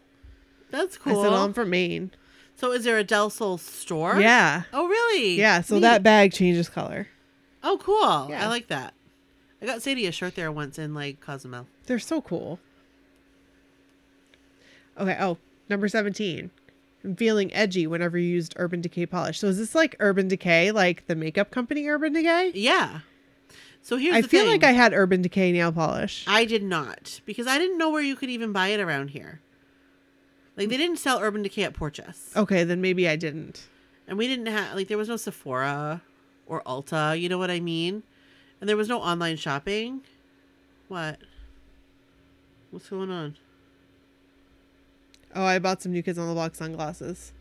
[SPEAKER 2] That's cool.
[SPEAKER 3] I said, "Oh, I'm from Maine.
[SPEAKER 2] so, is there a Del Sol store?
[SPEAKER 3] Yeah.
[SPEAKER 2] Oh, really?
[SPEAKER 3] Yeah. So
[SPEAKER 2] Neat.
[SPEAKER 3] that bag changes color.
[SPEAKER 2] Oh, cool.
[SPEAKER 3] Yeah.
[SPEAKER 2] I like that. I got Sadie a shirt there once in like Cozumel.
[SPEAKER 3] They're so cool. Okay. Oh, number 17. I'm feeling edgy whenever you used Urban Decay polish. So is this like Urban Decay, like the makeup company Urban Decay?
[SPEAKER 2] Yeah. So here's
[SPEAKER 3] I
[SPEAKER 2] the
[SPEAKER 3] feel
[SPEAKER 2] thing.
[SPEAKER 3] like I had Urban Decay nail polish.
[SPEAKER 2] I did not because I didn't know where you could even buy it around here. Like they didn't sell Urban Decay at Porches,
[SPEAKER 3] okay, then maybe I didn't.
[SPEAKER 2] and we didn't have like there was no Sephora or Ulta. You know what I mean? And there was no online shopping. What? What's going on?
[SPEAKER 3] Oh, I bought some New Kids on the Block sunglasses.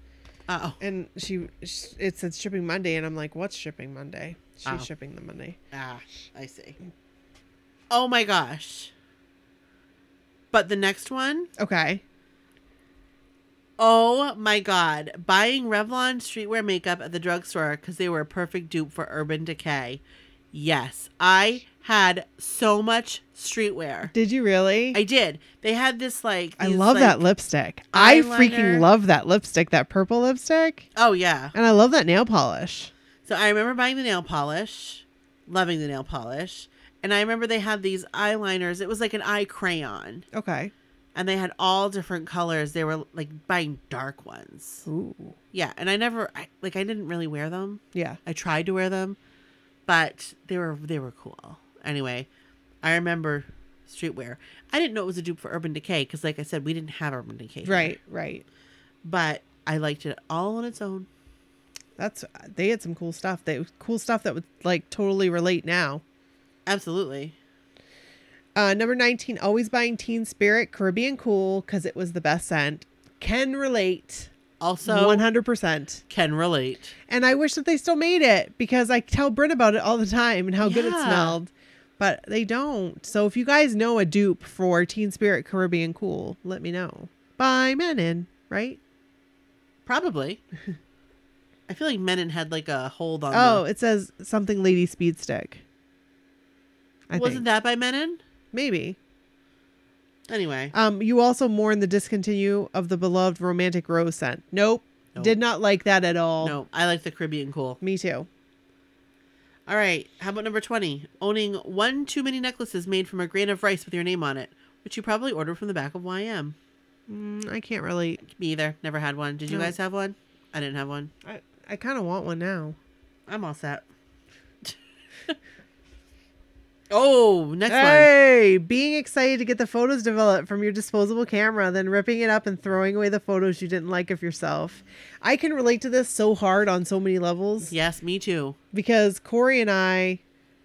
[SPEAKER 2] Oh,
[SPEAKER 3] And she, sh it said shipping Monday, and I'm like, what's shipping Monday? She's
[SPEAKER 2] Oh.
[SPEAKER 3] shipping the Monday.
[SPEAKER 2] ah, I see. Oh my gosh! But the next one,
[SPEAKER 3] Okay.
[SPEAKER 2] oh my god, buying Revlon streetwear makeup at the drugstore because they were a perfect dupe for Urban Decay. Yes, I had so much streetwear.
[SPEAKER 3] Did you really?
[SPEAKER 2] I did. They had this like
[SPEAKER 3] I
[SPEAKER 2] these,
[SPEAKER 3] love
[SPEAKER 2] like-
[SPEAKER 3] that lipstick. I
[SPEAKER 2] eyeliner.
[SPEAKER 3] freaking love that lipstick, that purple lipstick.
[SPEAKER 2] Oh yeah.
[SPEAKER 3] And I love that nail polish.
[SPEAKER 2] So I remember buying the nail polish, loving the nail polish, and I remember they had these eyeliners. It was like an eye crayon,
[SPEAKER 3] Okay.
[SPEAKER 2] and they had all different colors. They were like buying dark ones.
[SPEAKER 3] Ooh.
[SPEAKER 2] Yeah, and I never I, like I didn't really wear them.
[SPEAKER 3] Yeah.
[SPEAKER 2] I tried to wear them, but they were they were cool. Anyway, I remember streetwear. I didn't know it was a dupe for Urban Decay because, like I said, we didn't have Urban Decay. here.
[SPEAKER 3] Right, right.
[SPEAKER 2] But I liked it all on its own.
[SPEAKER 3] That's they had some cool stuff. They cool stuff that would like totally relate now.
[SPEAKER 2] Absolutely.
[SPEAKER 3] Uh, number 19, always buying Teen Spirit Caribbean Cool because it was the best scent. Can relate
[SPEAKER 2] Also,
[SPEAKER 3] 100%.
[SPEAKER 2] can relate.
[SPEAKER 3] And I wish that they still made it because I tell Bryn about it all the time and how good it
[SPEAKER 2] Yeah.
[SPEAKER 3] smelled, but they don't. So if you guys know a dupe for Teen Spirit Caribbean Cool, let me know. By Menon, right?
[SPEAKER 2] Probably. I feel like Menon had like a hold on.
[SPEAKER 3] Oh,
[SPEAKER 2] the-
[SPEAKER 3] it says something Lady Speed Stick. I
[SPEAKER 2] wasn't
[SPEAKER 3] think.
[SPEAKER 2] that by Menon?
[SPEAKER 3] maybe.
[SPEAKER 2] Anyway,
[SPEAKER 3] Um, you also mourn the discontinue of the beloved romantic rose scent. Nope,
[SPEAKER 2] Nope.
[SPEAKER 3] did not like that at all.
[SPEAKER 2] no, I like the Caribbean cool.
[SPEAKER 3] Me too.
[SPEAKER 2] All right, how about number twenty? Owning one too many necklaces made from a grain of rice with your name on it, which you probably ordered from the back of YM.
[SPEAKER 3] Mm, I can't relate.
[SPEAKER 2] Me either. Never had one. Did you
[SPEAKER 3] No.
[SPEAKER 2] guys have one? I didn't have one.
[SPEAKER 3] I, I kind of want one now.
[SPEAKER 2] I'm all set. oh, next one.
[SPEAKER 3] Hey, being excited to get the photos developed from your disposable camera, then ripping it up and throwing away the photos you didn't like of yourself. I can relate to this so hard on so many levels
[SPEAKER 2] Yes, me too.
[SPEAKER 3] because Corey and I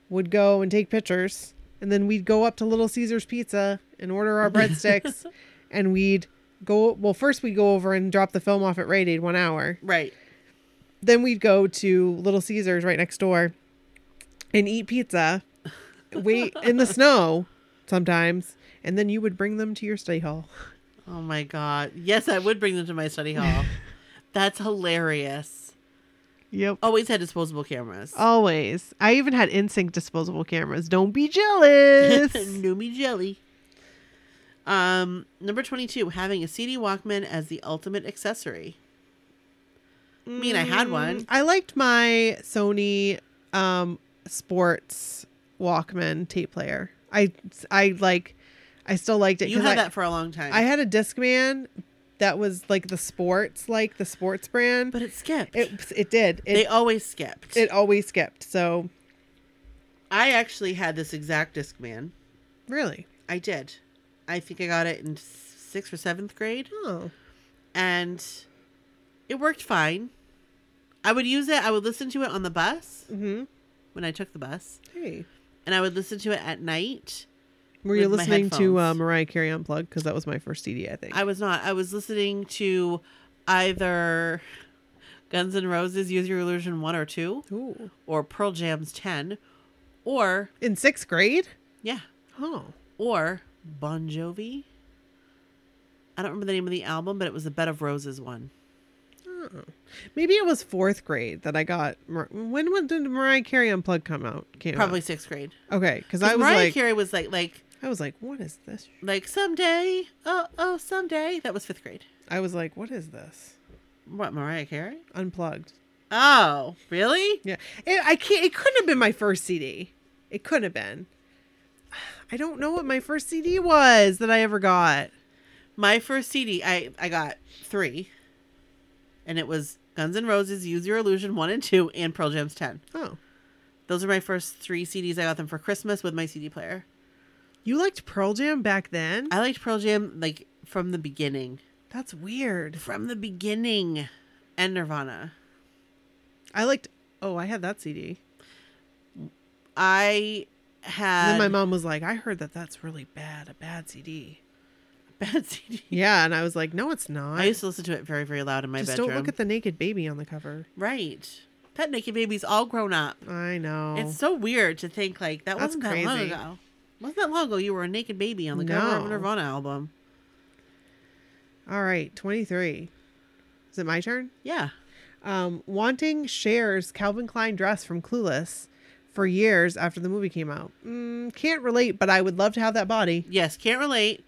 [SPEAKER 3] would go and take pictures, and then we'd go up to Little Caesars Pizza and order our breadsticks, and we'd go. Well, first we'd go over and drop the film off at Rite Aid one hour.
[SPEAKER 2] Right.
[SPEAKER 3] then we'd go to Little Caesars right next door and eat pizza, wait in the snow sometimes, and then you would bring them to your study hall.
[SPEAKER 2] Oh my god. Yes, I would bring them to my study hall. That's hilarious.
[SPEAKER 3] Yep.
[SPEAKER 2] Always had disposable cameras.
[SPEAKER 3] Always. I even had InSync disposable cameras. Don't be jealous.
[SPEAKER 2] Noomi jelly. Um, number twenty-two, having a CD Walkman as the ultimate accessory. I mean, I had one.
[SPEAKER 3] Mm, I liked my Sony um sports Walkman tape player. I I like I still liked it
[SPEAKER 2] You
[SPEAKER 3] 'cause
[SPEAKER 2] had
[SPEAKER 3] I,
[SPEAKER 2] that for a long time.
[SPEAKER 3] I had a Discman that was like the sports like the sports brand.
[SPEAKER 2] but it skipped.
[SPEAKER 3] It it did.
[SPEAKER 2] they
[SPEAKER 3] It
[SPEAKER 2] always skipped.
[SPEAKER 3] it always skipped. So
[SPEAKER 2] I actually had this exact Discman.
[SPEAKER 3] really,
[SPEAKER 2] I did. I think I got it in sixth or seventh grade.
[SPEAKER 3] oh,
[SPEAKER 2] and it worked fine. I would use it. I would listen to it on the bus
[SPEAKER 3] mm-hmm.
[SPEAKER 2] when I took the bus,
[SPEAKER 3] hey,
[SPEAKER 2] and I would listen to it at night.
[SPEAKER 3] were you
[SPEAKER 2] With my
[SPEAKER 3] listening to uh,
[SPEAKER 2] headphones.
[SPEAKER 3] Mariah Carey unplugged? Because that was my first CD, I think.
[SPEAKER 2] I was not. I was listening to either Guns N' Roses "Use Your Illusion" one or two,
[SPEAKER 3] Ooh.
[SPEAKER 2] or Pearl Jam's ten, or
[SPEAKER 3] in sixth grade.
[SPEAKER 2] yeah,
[SPEAKER 3] Oh,
[SPEAKER 2] or Bon Jovi. I don't remember the name of the album, but it was the Bed of Roses one.
[SPEAKER 3] maybe it was fourth grade that I got. Mar- when, when did Mariah Carey unplugged come out? Came out?
[SPEAKER 2] Probably sixth grade.
[SPEAKER 3] okay, because I
[SPEAKER 2] Because
[SPEAKER 3] was
[SPEAKER 2] Mariah
[SPEAKER 3] like,
[SPEAKER 2] Carey was like like
[SPEAKER 3] I was like, what is this?
[SPEAKER 2] like someday. Oh oh someday. That was fifth grade.
[SPEAKER 3] I was like, what is this?
[SPEAKER 2] What, Mariah Carey?
[SPEAKER 3] Unplugged.
[SPEAKER 2] Oh, really?
[SPEAKER 3] Yeah, it, I can't. It couldn't have been my first CD. It couldn't have been. I don't know what my first CD was that I ever got.
[SPEAKER 2] My first CD, I I got three, and it was Guns N' Roses, Use Your Illusion one and two, and Pearl Jam's ten.
[SPEAKER 3] Oh,
[SPEAKER 2] Those are my first three CDs. I got them for Christmas with my CD player.
[SPEAKER 3] you liked Pearl Jam back then?
[SPEAKER 2] I liked Pearl Jam like from the beginning,
[SPEAKER 3] That's weird.
[SPEAKER 2] from the beginning, and Nirvana.
[SPEAKER 3] I liked. Oh, I had that CD.
[SPEAKER 2] I
[SPEAKER 3] And
[SPEAKER 2] had
[SPEAKER 3] then my mom was like, "I heard that that's really bad, a bad CD."
[SPEAKER 2] bad CD.
[SPEAKER 3] Yeah, and I was like, "No, it's not.
[SPEAKER 2] I used to listen to it very very loud in my
[SPEAKER 3] Just
[SPEAKER 2] bedroom.
[SPEAKER 3] don't look at the naked baby on the cover."
[SPEAKER 2] right. That naked baby's all grown up.
[SPEAKER 3] I know.
[SPEAKER 2] It's so weird to think like that
[SPEAKER 3] That's
[SPEAKER 2] wasn't that long
[SPEAKER 3] crazy.
[SPEAKER 2] ago. Wasn't that long ago you were a naked baby on the cover of
[SPEAKER 3] No.
[SPEAKER 2] a Nirvana album?
[SPEAKER 3] All right, twenty three. Is it my turn?
[SPEAKER 2] Yeah.
[SPEAKER 3] um, wanting shares Calvin Klein dress from Clueless for years after the movie came out. Mm, can't relate, but I would love to have that body.
[SPEAKER 2] Yes, can't relate.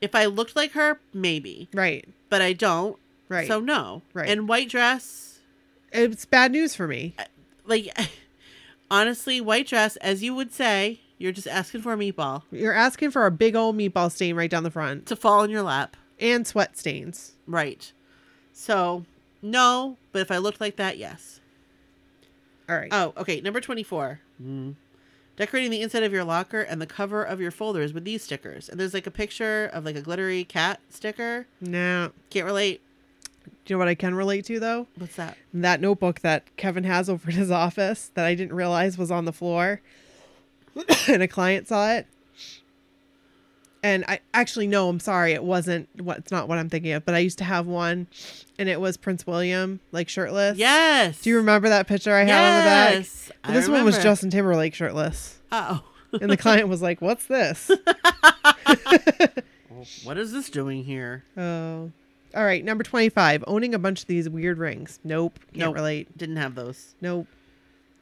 [SPEAKER 2] If I looked like her, maybe,
[SPEAKER 3] Right,
[SPEAKER 2] but I don't.
[SPEAKER 3] right.
[SPEAKER 2] So no.
[SPEAKER 3] Right.
[SPEAKER 2] And white dress,
[SPEAKER 3] it's bad news for me.
[SPEAKER 2] like honestly, white dress, as you would say, you're just asking for a meatball
[SPEAKER 3] You're asking for a big old meatball stain right down the front
[SPEAKER 2] to fall in your lap.
[SPEAKER 3] and sweat stains.
[SPEAKER 2] Right. So no, but if I looked like that, yes.
[SPEAKER 3] All right.
[SPEAKER 2] Oh, okay. Number 24.
[SPEAKER 3] Mm-hmm.
[SPEAKER 2] Decorating the inside of your locker and the cover of your folders with these stickers. And there's like a picture of like a glittery cat sticker.
[SPEAKER 3] Now, do
[SPEAKER 2] Can't relate.
[SPEAKER 3] you know what I can relate to though?
[SPEAKER 2] What's that?
[SPEAKER 3] That notebook that Kevin has over at his office that I didn't realize was on the floor, and a client saw it. and I actually no, I'm sorry, it wasn't what it's not what I'm thinking of, but I used to have one and it was Prince William, like shirtless.
[SPEAKER 2] Yes.
[SPEAKER 3] Do you remember that picture I had on the back?
[SPEAKER 2] Yes.
[SPEAKER 3] But
[SPEAKER 2] I
[SPEAKER 3] this one was
[SPEAKER 2] remember.
[SPEAKER 3] Justin Timberlake shirtless.
[SPEAKER 2] Oh.
[SPEAKER 3] And the client was like, What's this?
[SPEAKER 2] What is this doing here?
[SPEAKER 3] oh. All right, number twenty five, owning a bunch of these weird rings. Nope. Can't
[SPEAKER 2] Nope.
[SPEAKER 3] relate.
[SPEAKER 2] Didn't have those.
[SPEAKER 3] Nope.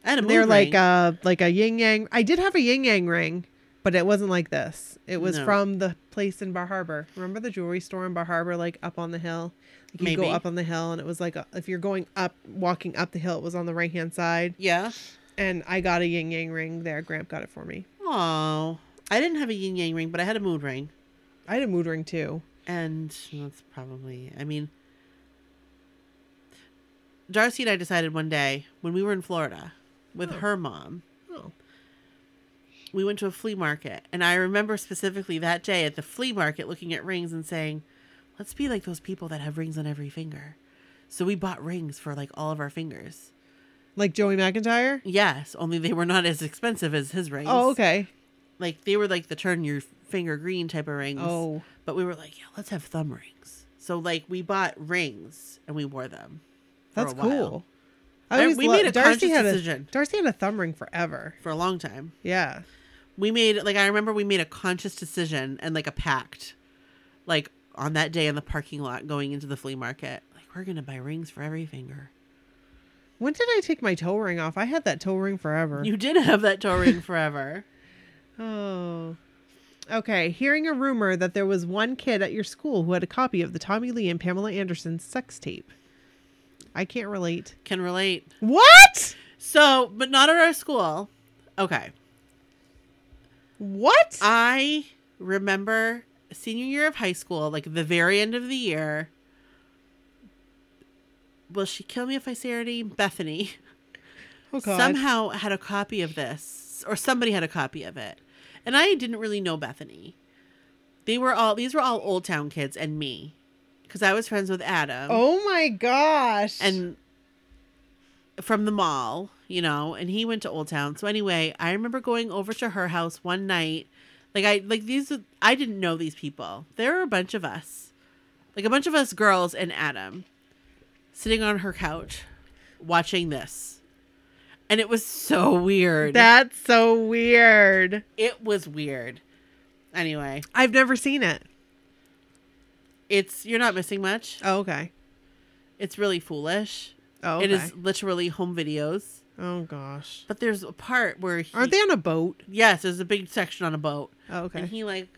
[SPEAKER 2] I had a
[SPEAKER 3] They're
[SPEAKER 2] mood
[SPEAKER 3] like
[SPEAKER 2] ring.
[SPEAKER 3] uh like a yin yang I did have a yin yang ring, but it wasn't like this. It was
[SPEAKER 2] No.
[SPEAKER 3] from the place in Bar Harbor. Remember the jewelry store in Bar Harbor, like up on the hill? Like you go
[SPEAKER 2] Maybe.
[SPEAKER 3] up on the hill and it was like a, if you're going up walking up the hill, it was on the right hand side.
[SPEAKER 2] yeah.
[SPEAKER 3] And I got a yin yang ring there. Gramp got it for me.
[SPEAKER 2] Oh. I didn't have a yin yang ring, but I had a mood ring.
[SPEAKER 3] I had a mood ring too.
[SPEAKER 2] And that's probably, I mean, Darcy and I decided one day when we were in Florida with her mom,
[SPEAKER 3] Oh.
[SPEAKER 2] we went to a flea market. And I remember specifically that day at the flea market looking at rings and saying, let's be like those people that have rings on every finger. So we bought rings for like all of our fingers.
[SPEAKER 3] Like Joey McIntyre?
[SPEAKER 2] Yes, only they were not as expensive as his rings.
[SPEAKER 3] Oh, okay.
[SPEAKER 2] Like they were like the turn your finger green type of rings.
[SPEAKER 3] Oh.
[SPEAKER 2] But we were like, yeah, let's have thumb rings. So like we bought rings and we wore them. for
[SPEAKER 3] That's
[SPEAKER 2] a while.
[SPEAKER 3] cool.
[SPEAKER 2] I-
[SPEAKER 3] always
[SPEAKER 2] we
[SPEAKER 3] lo-
[SPEAKER 2] made a conscious
[SPEAKER 3] had
[SPEAKER 2] decision.
[SPEAKER 3] A, Darcy had a thumb ring forever.
[SPEAKER 2] for a long time.
[SPEAKER 3] Yeah.
[SPEAKER 2] We made like I remember we made a conscious decision and like a pact, like on that day in the parking lot going into the flea market, like we're gonna buy rings for every finger.
[SPEAKER 3] When did I take my toe ring off? I had that toe ring forever.
[SPEAKER 2] You did have that toe ring forever.
[SPEAKER 3] Oh. Okay. Hearing a rumor that there was one kid at your school who had a copy of the Tommy Lee and Pamela Anderson sex tape. I can't relate.
[SPEAKER 2] Can relate.
[SPEAKER 3] What?
[SPEAKER 2] So, but not at our school. Okay,
[SPEAKER 3] What?
[SPEAKER 2] I remember senior year of high school, like the very end of the year. Will she kill me if I say her name? Bethany.
[SPEAKER 3] oh, God.
[SPEAKER 2] somehow had a copy of this or somebody had a copy of it and i didn't really know bethany they were all these were all old town kids and me because i was friends with adam
[SPEAKER 3] Oh, my gosh.
[SPEAKER 2] and from the mall you know and he went to old town so anyway i remember going over to her house one night like i like these i didn't know these people there were a bunch of us like a bunch of us girls and adam sitting on her couch watching this and it was so weird
[SPEAKER 3] that's so weird.
[SPEAKER 2] it was weird anyway
[SPEAKER 3] I've never seen it.
[SPEAKER 2] it's you're not missing much
[SPEAKER 3] Oh, okay.
[SPEAKER 2] it's really foolish
[SPEAKER 3] Oh, okay.
[SPEAKER 2] it is literally home videos
[SPEAKER 3] Oh, gosh.
[SPEAKER 2] but there's a part where he,
[SPEAKER 3] Aren't they on a boat?
[SPEAKER 2] Yes, there's a big section on a boat,
[SPEAKER 3] Oh, okay.
[SPEAKER 2] and he like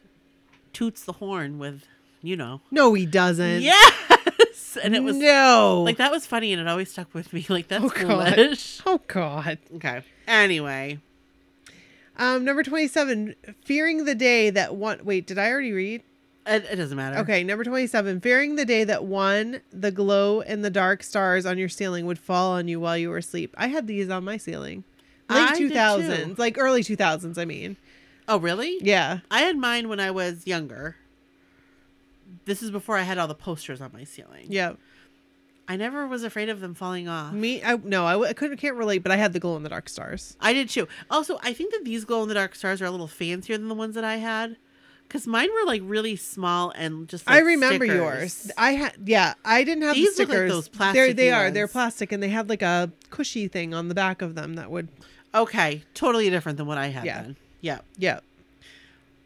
[SPEAKER 2] toots the horn with, you know.
[SPEAKER 3] no, he doesn't.
[SPEAKER 2] yes, and it was
[SPEAKER 3] no.
[SPEAKER 2] like that was funny, and it always stuck with me. Like that's
[SPEAKER 3] Oh, God.
[SPEAKER 2] foolish.
[SPEAKER 3] Oh God.
[SPEAKER 2] Okay. Anyway,
[SPEAKER 3] Um, number twenty-seven. Fearing the day that one. Wait, did I already read?
[SPEAKER 2] it, it doesn't matter.
[SPEAKER 3] Okay, number twenty-seven. Fearing the day that one, the glow and the dark stars on your ceiling would fall on you while you were asleep. I had these on my ceiling,
[SPEAKER 2] I
[SPEAKER 3] late
[SPEAKER 2] did,
[SPEAKER 3] two
[SPEAKER 2] too.
[SPEAKER 3] thousands, like early two thousands. I mean,
[SPEAKER 2] Oh really?
[SPEAKER 3] yeah.
[SPEAKER 2] I had mine when I was younger. This is before I had all the posters on my ceiling.
[SPEAKER 3] Yeah, Mm.
[SPEAKER 2] I never was afraid of them falling off.
[SPEAKER 3] me. I no, I, w- I couldn't can't relate, but I had the glow in the dark stars.
[SPEAKER 2] I did too. Also, I think that these glow in the dark stars are a little fancier than the ones that I had. Because mine were like really small and just like
[SPEAKER 3] I remember
[SPEAKER 2] stickers.
[SPEAKER 3] yours. I had yeah. I didn't have
[SPEAKER 2] These
[SPEAKER 3] the
[SPEAKER 2] look like
[SPEAKER 3] stickers.
[SPEAKER 2] those
[SPEAKER 3] They're, they
[SPEAKER 2] plasticky
[SPEAKER 3] are. They're
[SPEAKER 2] ones.
[SPEAKER 3] plastic, and they had like a cushy thing on the back of them that would.
[SPEAKER 2] Okay, totally different than what I had
[SPEAKER 3] Yeah.
[SPEAKER 2] then. Yeah.
[SPEAKER 3] Yeah.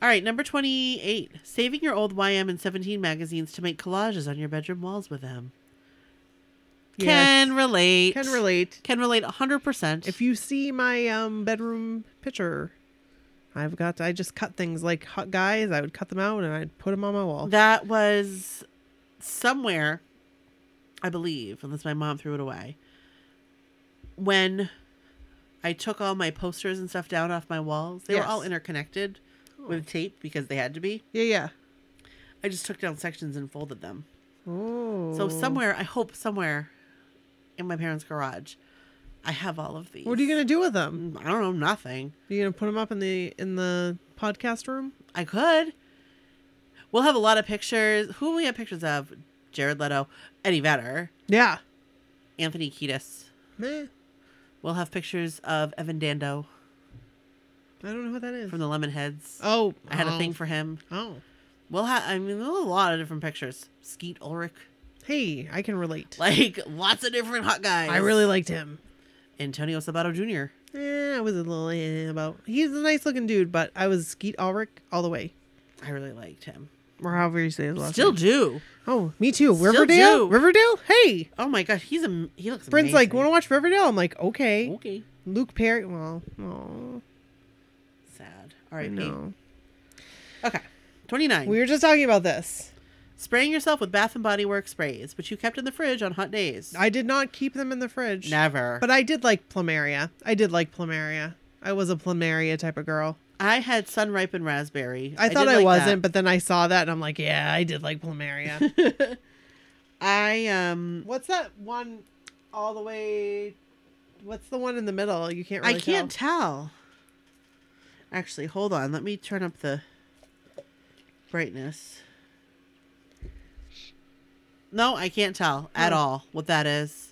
[SPEAKER 2] All right, number 28. Saving your old YM and 17 magazines to make collages on your bedroom walls with them.
[SPEAKER 3] Yes.
[SPEAKER 2] Can relate.
[SPEAKER 3] Can relate.
[SPEAKER 2] Can relate 100%.
[SPEAKER 3] If you see my um bedroom picture, I've got I just cut things like hot guys. I would cut them out and I'd put them on my wall.
[SPEAKER 2] that was somewhere, I believe, unless my mom threw it away, when I took all my posters and stuff down off my walls. They were all
[SPEAKER 3] Yes.
[SPEAKER 2] interconnected with tape because they had to be.
[SPEAKER 3] Yeah, yeah.
[SPEAKER 2] I just took down sections and folded them.
[SPEAKER 3] Oh.
[SPEAKER 2] So somewhere, I hope somewhere in my parents' garage, I have all of these.
[SPEAKER 3] What are you gonna do with them?
[SPEAKER 2] I don't know, nothing.
[SPEAKER 3] Are you gonna put them up in the in the podcast room?
[SPEAKER 2] I could. We'll have a lot of pictures. Who we have pictures of? Jared Leto, Eddie Vedder,
[SPEAKER 3] Yeah.
[SPEAKER 2] Anthony Kiedis.
[SPEAKER 3] Meh.
[SPEAKER 2] We'll have pictures of Evan Dando
[SPEAKER 3] I don't know what that is.
[SPEAKER 2] from the Lemonheads.
[SPEAKER 3] oh,
[SPEAKER 2] I had
[SPEAKER 3] oh,
[SPEAKER 2] a thing for him.
[SPEAKER 3] Oh.
[SPEAKER 2] We'll have, I mean, we'll have a lot of different pictures. Skeet Ulrich,
[SPEAKER 3] Hey, I can relate.
[SPEAKER 2] like lots of different hot guys.
[SPEAKER 3] I really liked him.
[SPEAKER 2] Antonio Sabato Jr.
[SPEAKER 3] Eh, I was a little eh about. He's a nice looking dude, but I was Skeet Ulrich all the way,
[SPEAKER 2] I really liked him.
[SPEAKER 3] or however you say his last
[SPEAKER 2] Still
[SPEAKER 3] name.
[SPEAKER 2] do.
[SPEAKER 3] Oh, me
[SPEAKER 2] Still
[SPEAKER 3] too. Riverdale.
[SPEAKER 2] do.
[SPEAKER 3] Riverdale. Hey,
[SPEAKER 2] Oh my gosh, he's a he looks.
[SPEAKER 3] Brent's like, want to
[SPEAKER 2] amazing.
[SPEAKER 3] watch Riverdale? I'm like, okay.
[SPEAKER 2] Okay.
[SPEAKER 3] Luke Perry. Well, oh,
[SPEAKER 2] Sad. All
[SPEAKER 3] I
[SPEAKER 2] right.
[SPEAKER 3] know.
[SPEAKER 2] Okay. Twenty nine.
[SPEAKER 3] We were just talking about this.
[SPEAKER 2] Spraying yourself with Bath and Body Works sprays, which you kept in the fridge on hot days.
[SPEAKER 3] I did not keep them in the fridge,
[SPEAKER 2] Never.
[SPEAKER 3] but I did like plumeria. I did like plumeria. I was a plumeria type of girl.
[SPEAKER 2] I had sun ripened raspberry.
[SPEAKER 3] I thought
[SPEAKER 2] did
[SPEAKER 3] I,
[SPEAKER 2] like
[SPEAKER 3] wasn't,
[SPEAKER 2] that.
[SPEAKER 3] but then I saw that and I'm like, yeah, I did like plumeria.
[SPEAKER 2] I um
[SPEAKER 3] What's that one? all the way. What's the one in the middle? You can't.
[SPEAKER 2] I
[SPEAKER 3] Really
[SPEAKER 2] can't tell. Actually, hold on. Let me turn up the brightness. No, I can't tell at
[SPEAKER 3] Oh.
[SPEAKER 2] all what that is.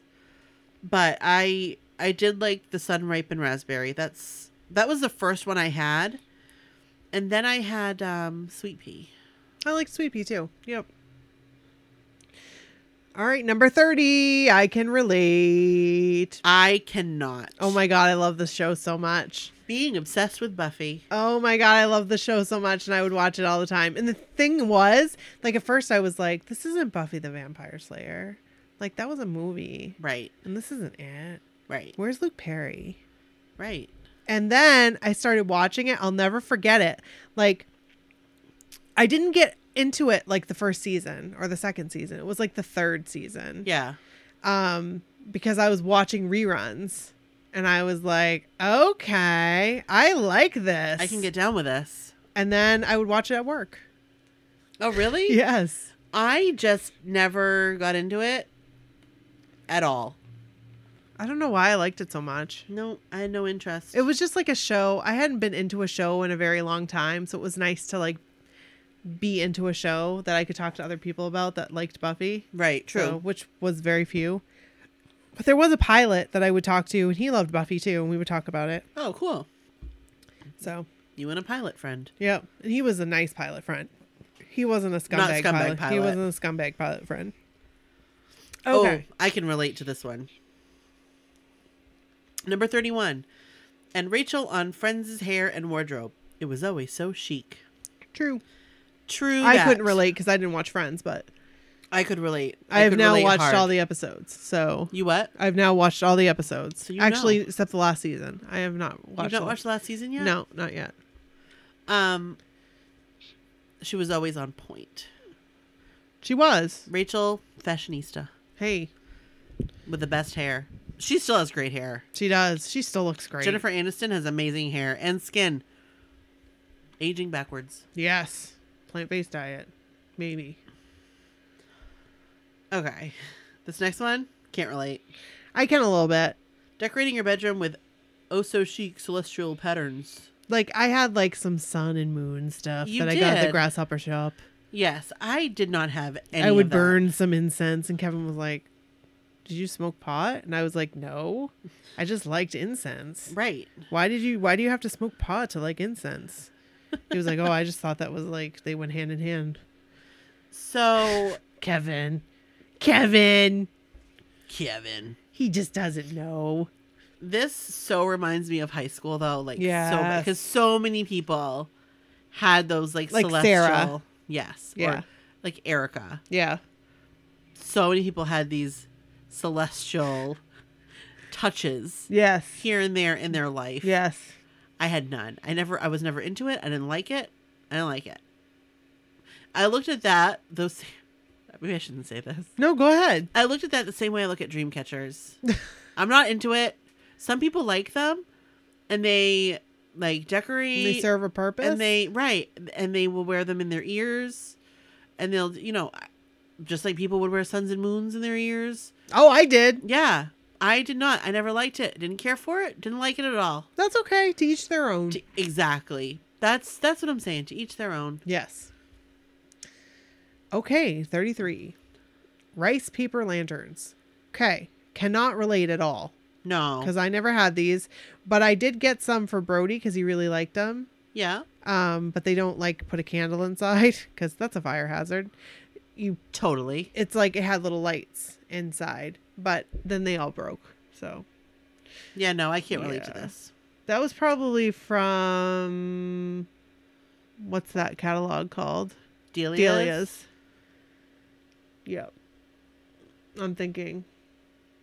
[SPEAKER 2] But I I did like the sun ripened raspberry. That's that was the first one I had. And then I had um sweet pea.
[SPEAKER 3] Tell. I like sweet pea too. Yep. All right, number thirty. I can relate.
[SPEAKER 2] I cannot.
[SPEAKER 3] Oh my god, I love this show so much.
[SPEAKER 2] being obsessed with Buffy.
[SPEAKER 3] Oh my god, I love the show so much, and I would watch it all the time. And the thing was, like at first, I was like, "This isn't Buffy the Vampire Slayer. Like that was a movie,
[SPEAKER 2] Right,
[SPEAKER 3] and this isn't it.
[SPEAKER 2] right,
[SPEAKER 3] Where's Luke Perry?"
[SPEAKER 2] right.
[SPEAKER 3] And then I started watching it. I'll never forget it. Like, I didn't get into it like the first season or the second season. It was like the third season.
[SPEAKER 2] Yeah.
[SPEAKER 3] Um, because I was watching reruns, and I was like, "Okay, I like this.
[SPEAKER 2] I can get down with this.
[SPEAKER 3] And then I would watch it at work.
[SPEAKER 2] Oh really?
[SPEAKER 3] Yes.
[SPEAKER 2] I just never got into it at all.
[SPEAKER 3] I don't know why I liked it so much.
[SPEAKER 2] No, I had no interest.
[SPEAKER 3] It was just like a show. I hadn't been into a show in a very long time, so it was nice to like be into a show that I could talk to other people about that liked Buffy.
[SPEAKER 2] right, true.
[SPEAKER 3] so- which was very few. But there was a pilot that I would talk to, and he loved Buffy too, and we would talk about it.
[SPEAKER 2] Oh, cool.
[SPEAKER 3] So,
[SPEAKER 2] You and a pilot friend.
[SPEAKER 3] yep. And he was a nice pilot friend. He wasn't a scumbag,
[SPEAKER 2] Not scumbag
[SPEAKER 3] pilot. He
[SPEAKER 2] pilot.
[SPEAKER 3] wasn't a scumbag pilot friend. Okay.
[SPEAKER 2] Oh, I can relate to this one. Number 31. And Rachel on Friends' hair and wardrobe. It was always so chic.
[SPEAKER 3] True.
[SPEAKER 2] True.
[SPEAKER 3] I
[SPEAKER 2] that.
[SPEAKER 3] couldn't relate because I didn't watch Friends, but
[SPEAKER 2] I could relate.
[SPEAKER 3] I, have
[SPEAKER 2] could
[SPEAKER 3] now
[SPEAKER 2] relate
[SPEAKER 3] watched
[SPEAKER 2] hard.
[SPEAKER 3] all the episodes. So
[SPEAKER 2] You what?
[SPEAKER 3] I've now watched all the episodes.
[SPEAKER 2] So you
[SPEAKER 3] Actually,
[SPEAKER 2] know.
[SPEAKER 3] except the last season. I have not
[SPEAKER 2] You've
[SPEAKER 3] watched
[SPEAKER 2] not
[SPEAKER 3] all-
[SPEAKER 2] watched the last season yet?
[SPEAKER 3] No, not yet.
[SPEAKER 2] Um, she was always on point.
[SPEAKER 3] She was.
[SPEAKER 2] Rachel, fashionista,
[SPEAKER 3] Hey,
[SPEAKER 2] with the best hair. She still has great hair.
[SPEAKER 3] she does. She still looks great.
[SPEAKER 2] Jennifer Aniston has amazing hair and skin. Aging backwards.
[SPEAKER 3] Yes. Plant based diet. Maybe.
[SPEAKER 2] Okay. This next one, can't relate.
[SPEAKER 3] I can a little bit.
[SPEAKER 2] Decorating your bedroom with oh so chic celestial patterns.
[SPEAKER 3] Like I had like some sun and moon stuff
[SPEAKER 2] You
[SPEAKER 3] that I got at the
[SPEAKER 2] did.
[SPEAKER 3] grasshopper shop.
[SPEAKER 2] Yes, I did not have any.
[SPEAKER 3] I
[SPEAKER 2] of
[SPEAKER 3] would
[SPEAKER 2] that.
[SPEAKER 3] burn some incense and Kevin was like, "Did you smoke pot?" And I was like, "No. I just liked incense.
[SPEAKER 2] Right.
[SPEAKER 3] Why did you why do you have to smoke pot to like incense?" He was like, "Oh, I just thought that was like they went hand in hand."
[SPEAKER 2] So,
[SPEAKER 3] Kevin. Kevin.
[SPEAKER 2] Kevin.
[SPEAKER 3] He just doesn't know.
[SPEAKER 2] This so reminds me of high school though, like so
[SPEAKER 3] Yes.
[SPEAKER 2] because so many people had those like,
[SPEAKER 3] Like Sarah.
[SPEAKER 2] celestial. Yes.
[SPEAKER 3] Yeah.
[SPEAKER 2] Or like Erica.
[SPEAKER 3] Yeah.
[SPEAKER 2] So many people had these celestial touches
[SPEAKER 3] Yes.
[SPEAKER 2] here and there in their life.
[SPEAKER 3] Yes.
[SPEAKER 2] I had none. I never I was never into it. I didn't like it. I didn't like it. I looked at that those maybe I shouldn't say this.
[SPEAKER 3] No, go ahead.
[SPEAKER 2] I looked at that the same way I look at dream catchers. I'm not into it. Some people like them and they like decorate
[SPEAKER 3] They serve a purpose.
[SPEAKER 2] and they right and they will wear them in their ears and they'll you know just like people would wear suns and moons in their ears.
[SPEAKER 3] Oh, I did.
[SPEAKER 2] Yeah. I did not. I never liked it. Didn't care for it. Didn't like it at all.
[SPEAKER 3] That's okay. To each their own.
[SPEAKER 2] To- exactly. That's that's what I'm saying. To each their own.
[SPEAKER 3] yes. Okay, 33. Rice paper lanterns. Okay. Cannot relate at all
[SPEAKER 2] No.
[SPEAKER 3] because I never had these, but I did get some for Brody because he really liked them.
[SPEAKER 2] Yeah.
[SPEAKER 3] Um, but they don't like put a candle inside because that's a fire hazard. You,
[SPEAKER 2] Totally.
[SPEAKER 3] it's like it had little lights inside, but then they all broke. So
[SPEAKER 2] Yeah. No, I can't relate to
[SPEAKER 3] Yeah.
[SPEAKER 2] this.
[SPEAKER 3] That was probably from what's that catalog called?
[SPEAKER 2] Delia's.
[SPEAKER 3] Delia's. Yep. I'm thinking.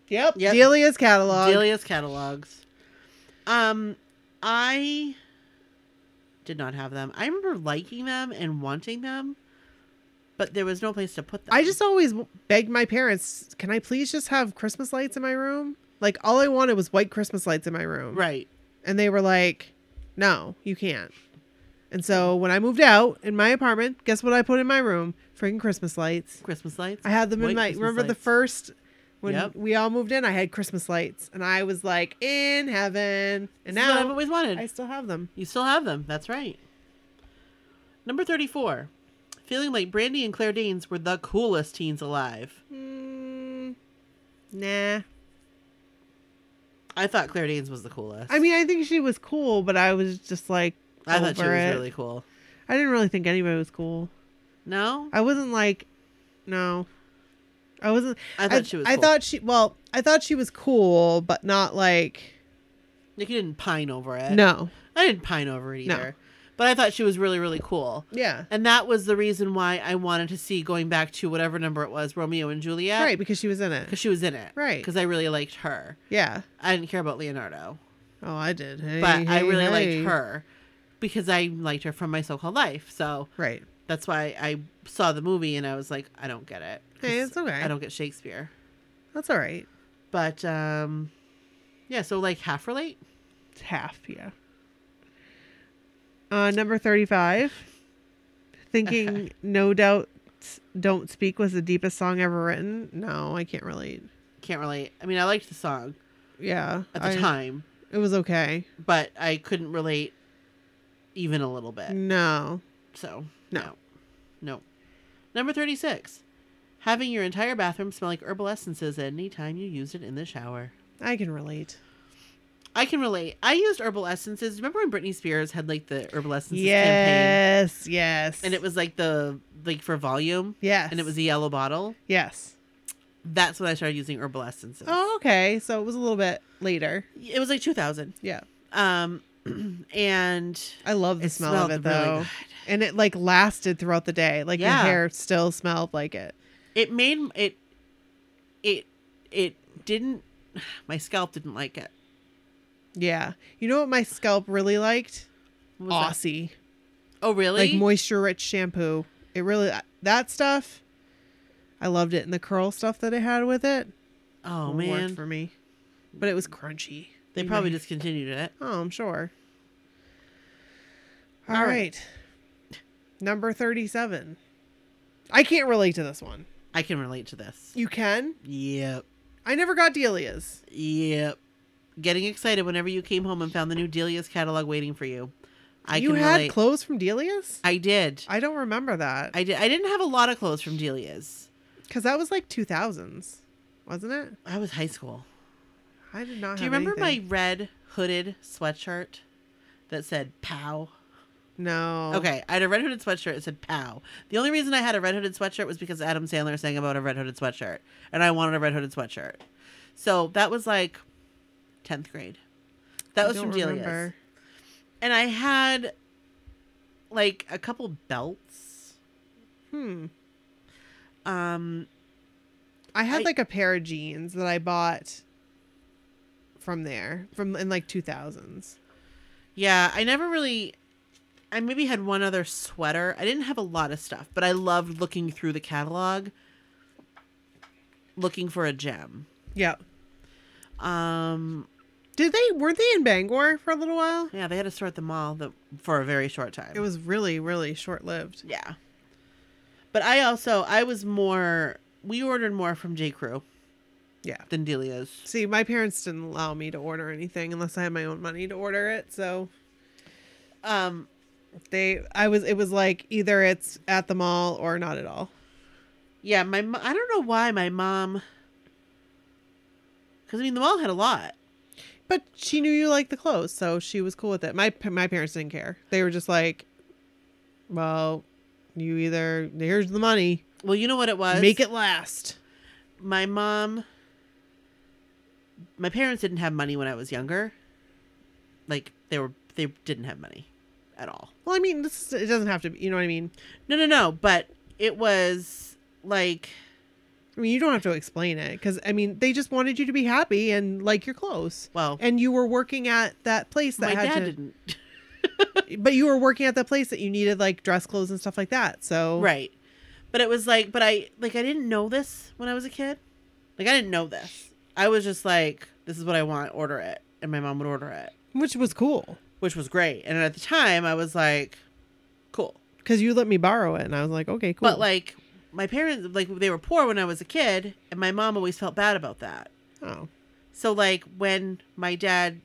[SPEAKER 3] Yep.
[SPEAKER 2] Yep.
[SPEAKER 3] Delia's catalog.
[SPEAKER 2] Delia's catalogs. Um, I did not have them. I remember liking them and wanting them, but there was no place to put them.
[SPEAKER 3] I just always w- begged my parents, "Can I please just have Christmas lights in my room?" Like all I wanted was white Christmas lights in my room.
[SPEAKER 2] right.
[SPEAKER 3] And they were like, "No, you can't." And so when I moved out in my apartment, guess what I put in my room? Freaking Christmas lights.
[SPEAKER 2] Christmas lights.
[SPEAKER 3] I had them
[SPEAKER 2] White
[SPEAKER 3] in my
[SPEAKER 2] Christmas
[SPEAKER 3] remember the
[SPEAKER 2] lights.
[SPEAKER 3] first When
[SPEAKER 2] Yep.
[SPEAKER 3] we all moved in, I had Christmas lights, and I was like in heaven.
[SPEAKER 2] This is
[SPEAKER 3] And
[SPEAKER 2] what I've
[SPEAKER 3] now
[SPEAKER 2] always wanted.
[SPEAKER 3] I still have them.
[SPEAKER 2] You still have them. That's right. Number 34. Feeling like Brandy and Claire Danes were the coolest teens alive. Hmm.
[SPEAKER 3] Mm, nah.
[SPEAKER 2] I thought Claire Danes was the coolest.
[SPEAKER 3] I mean, I think she was cool, but I was just like,
[SPEAKER 2] I thought she
[SPEAKER 3] over
[SPEAKER 2] was
[SPEAKER 3] it.
[SPEAKER 2] really cool.
[SPEAKER 3] I didn't really think anybody was cool.
[SPEAKER 2] No?
[SPEAKER 3] I wasn't like, no, I wasn't.
[SPEAKER 2] I thought she was
[SPEAKER 3] I
[SPEAKER 2] cool.
[SPEAKER 3] thought she. Well, I thought she was cool, but not like.
[SPEAKER 2] Like, you didn't pine over it.
[SPEAKER 3] No.
[SPEAKER 2] I didn't pine over it
[SPEAKER 3] No.
[SPEAKER 2] either. But I thought she was really, really cool.
[SPEAKER 3] Yeah.
[SPEAKER 2] And that was the reason why I wanted to see, going back to whatever number it was, Romeo and Juliet.
[SPEAKER 3] Right, because she was in
[SPEAKER 2] Because
[SPEAKER 3] it.
[SPEAKER 2] she was in it.
[SPEAKER 3] Right.
[SPEAKER 2] Because I really liked her.
[SPEAKER 3] Yeah.
[SPEAKER 2] I didn't care about Leonardo.
[SPEAKER 3] Oh, I did.
[SPEAKER 2] but
[SPEAKER 3] Hey,
[SPEAKER 2] I
[SPEAKER 3] hey,
[SPEAKER 2] really
[SPEAKER 3] hey.
[SPEAKER 2] liked her because I liked her from my so-called life. So
[SPEAKER 3] Right.
[SPEAKER 2] that's why I saw the movie and I was like, I don't get it. 'Cause
[SPEAKER 3] Hey, it's okay.
[SPEAKER 2] I don't get Shakespeare.
[SPEAKER 3] That's all right.
[SPEAKER 2] But um, yeah. So like half relate.
[SPEAKER 3] It's half. Yeah. Uh, number thirty-five. Thinking no doubt, don't speak was the deepest song ever written. No, I can't relate.
[SPEAKER 2] Can't relate. I mean, I liked the song
[SPEAKER 3] Yeah,
[SPEAKER 2] at the
[SPEAKER 3] I-
[SPEAKER 2] time,
[SPEAKER 3] it was okay.
[SPEAKER 2] but I couldn't relate even a little bit.
[SPEAKER 3] No,
[SPEAKER 2] So
[SPEAKER 3] No.
[SPEAKER 2] no, no. Number thirty-six. Having your entire bathroom smell like herbal essences at any time you used it in the shower.
[SPEAKER 3] I can relate.
[SPEAKER 2] I can relate. I used herbal essences. Remember when Britney Spears had like the herbal essences campaign,
[SPEAKER 3] Yes, yes,
[SPEAKER 2] and it was like the like for volume,
[SPEAKER 3] yes,
[SPEAKER 2] and it was e- a yellow bottle.
[SPEAKER 3] yes.
[SPEAKER 2] That's when I started using herbal essences.
[SPEAKER 3] Oh, okay. So it was a little bit later.
[SPEAKER 2] It was like 2000.
[SPEAKER 3] Yeah,
[SPEAKER 2] Um, and
[SPEAKER 3] I love the
[SPEAKER 2] It
[SPEAKER 3] smell of
[SPEAKER 2] smelled
[SPEAKER 3] it
[SPEAKER 2] really
[SPEAKER 3] though,
[SPEAKER 2] good.
[SPEAKER 3] and it like lasted throughout the day. Like
[SPEAKER 2] Yeah.
[SPEAKER 3] your hair still smelled like it.
[SPEAKER 2] it made it, it, it didn't. My scalp didn't like it.
[SPEAKER 3] Yeah, you know what my scalp really liked?
[SPEAKER 2] What was that?
[SPEAKER 3] Aussie,
[SPEAKER 2] Oh really?
[SPEAKER 3] like moisture rich shampoo. It really uh, that stuff. I loved it, and the curl stuff that it had with it.
[SPEAKER 2] oh
[SPEAKER 3] worked
[SPEAKER 2] man,
[SPEAKER 3] for me, but it was crunchy.
[SPEAKER 2] they
[SPEAKER 3] You
[SPEAKER 2] probably
[SPEAKER 3] know.
[SPEAKER 2] discontinued it.
[SPEAKER 3] Oh, I'm sure. All
[SPEAKER 2] All
[SPEAKER 3] right.
[SPEAKER 2] right.
[SPEAKER 3] Number 37. I can't relate to this one.
[SPEAKER 2] I can relate to this.
[SPEAKER 3] You can?
[SPEAKER 2] Yep.
[SPEAKER 3] I never got Delia's.
[SPEAKER 2] Yep. Getting excited whenever you came home and found the new Delia's catalog waiting for you. I
[SPEAKER 3] you
[SPEAKER 2] can
[SPEAKER 3] had
[SPEAKER 2] relate.
[SPEAKER 3] clothes from Delia's?
[SPEAKER 2] I did.
[SPEAKER 3] I don't remember that.
[SPEAKER 2] I did. I didn't have a lot of clothes from Delia's.
[SPEAKER 3] Because that was like 2000s, wasn't it?
[SPEAKER 2] I was high school.
[SPEAKER 3] I did not
[SPEAKER 2] Do you
[SPEAKER 3] have
[SPEAKER 2] remember
[SPEAKER 3] anything.
[SPEAKER 2] my red hooded sweatshirt that said "Pow"?
[SPEAKER 3] No.
[SPEAKER 2] Okay, I had a red hooded sweatshirt that said "Pow." The only reason I had a red hooded sweatshirt was because Adam Sandler sang about a red hooded sweatshirt, and I wanted a red hooded sweatshirt. So that was like tenth grade. That
[SPEAKER 3] I
[SPEAKER 2] was from
[SPEAKER 3] don't
[SPEAKER 2] Delia's.
[SPEAKER 3] remember.
[SPEAKER 2] and I had like a couple belts.
[SPEAKER 3] Hmm.
[SPEAKER 2] Um,
[SPEAKER 3] I had
[SPEAKER 2] I-
[SPEAKER 3] like a pair of jeans that I bought from there, from in like 2000s.
[SPEAKER 2] yeah, I never really. I maybe had one other sweater. I didn't have a lot of stuff, but I loved looking through the catalog, looking for a gem.
[SPEAKER 3] Yeah.
[SPEAKER 2] Um,
[SPEAKER 3] Did they weren't they in Bangor for a little while?
[SPEAKER 2] yeah, they had a store at the mall that, for a very short time.
[SPEAKER 3] It was really, really short lived.
[SPEAKER 2] yeah, but I also I was more. We ordered more from J Crew
[SPEAKER 3] Yeah.
[SPEAKER 2] than Delia's.
[SPEAKER 3] See, my parents didn't allow me to order anything unless I had my own money to order it. So
[SPEAKER 2] Um,
[SPEAKER 3] they, I was, it was like either it's at the mall or not at all.
[SPEAKER 2] Yeah, my mo- I don't know why my mom. Because I mean, the mall had a lot.
[SPEAKER 3] But she knew you liked the clothes, so she was cool with it. My my parents didn't care. They were just like, well, you either here's the money,
[SPEAKER 2] Well, you know what it was.
[SPEAKER 3] make it last.
[SPEAKER 2] My mom. My parents didn't have money when I was younger. Like they were, they didn't have money, at all.
[SPEAKER 3] Well, I mean, this is, it doesn't have to. be You know what I mean?
[SPEAKER 2] No, no, no. But it was like
[SPEAKER 3] I mean, you don't have to explain it because I mean, they just wanted you to be happy and like your clothes.
[SPEAKER 2] well,
[SPEAKER 3] and you were working at that place that
[SPEAKER 2] my
[SPEAKER 3] had
[SPEAKER 2] dad
[SPEAKER 3] to,
[SPEAKER 2] didn't.
[SPEAKER 3] but you were working at that place that you needed like dress clothes and stuff like that. So
[SPEAKER 2] Right. But it was like, but I like I didn't know this when I was a kid. Like I didn't know this. I was just like, this is what I want. Order it, and my mom would order it.
[SPEAKER 3] which was cool
[SPEAKER 2] which was great. And at the time, I was like, cool.
[SPEAKER 3] because you let me borrow it, and I was like, okay, cool.
[SPEAKER 2] But like, my parents like they were poor when I was a kid, and my mom always felt bad about that.
[SPEAKER 3] Oh.
[SPEAKER 2] So like when my dad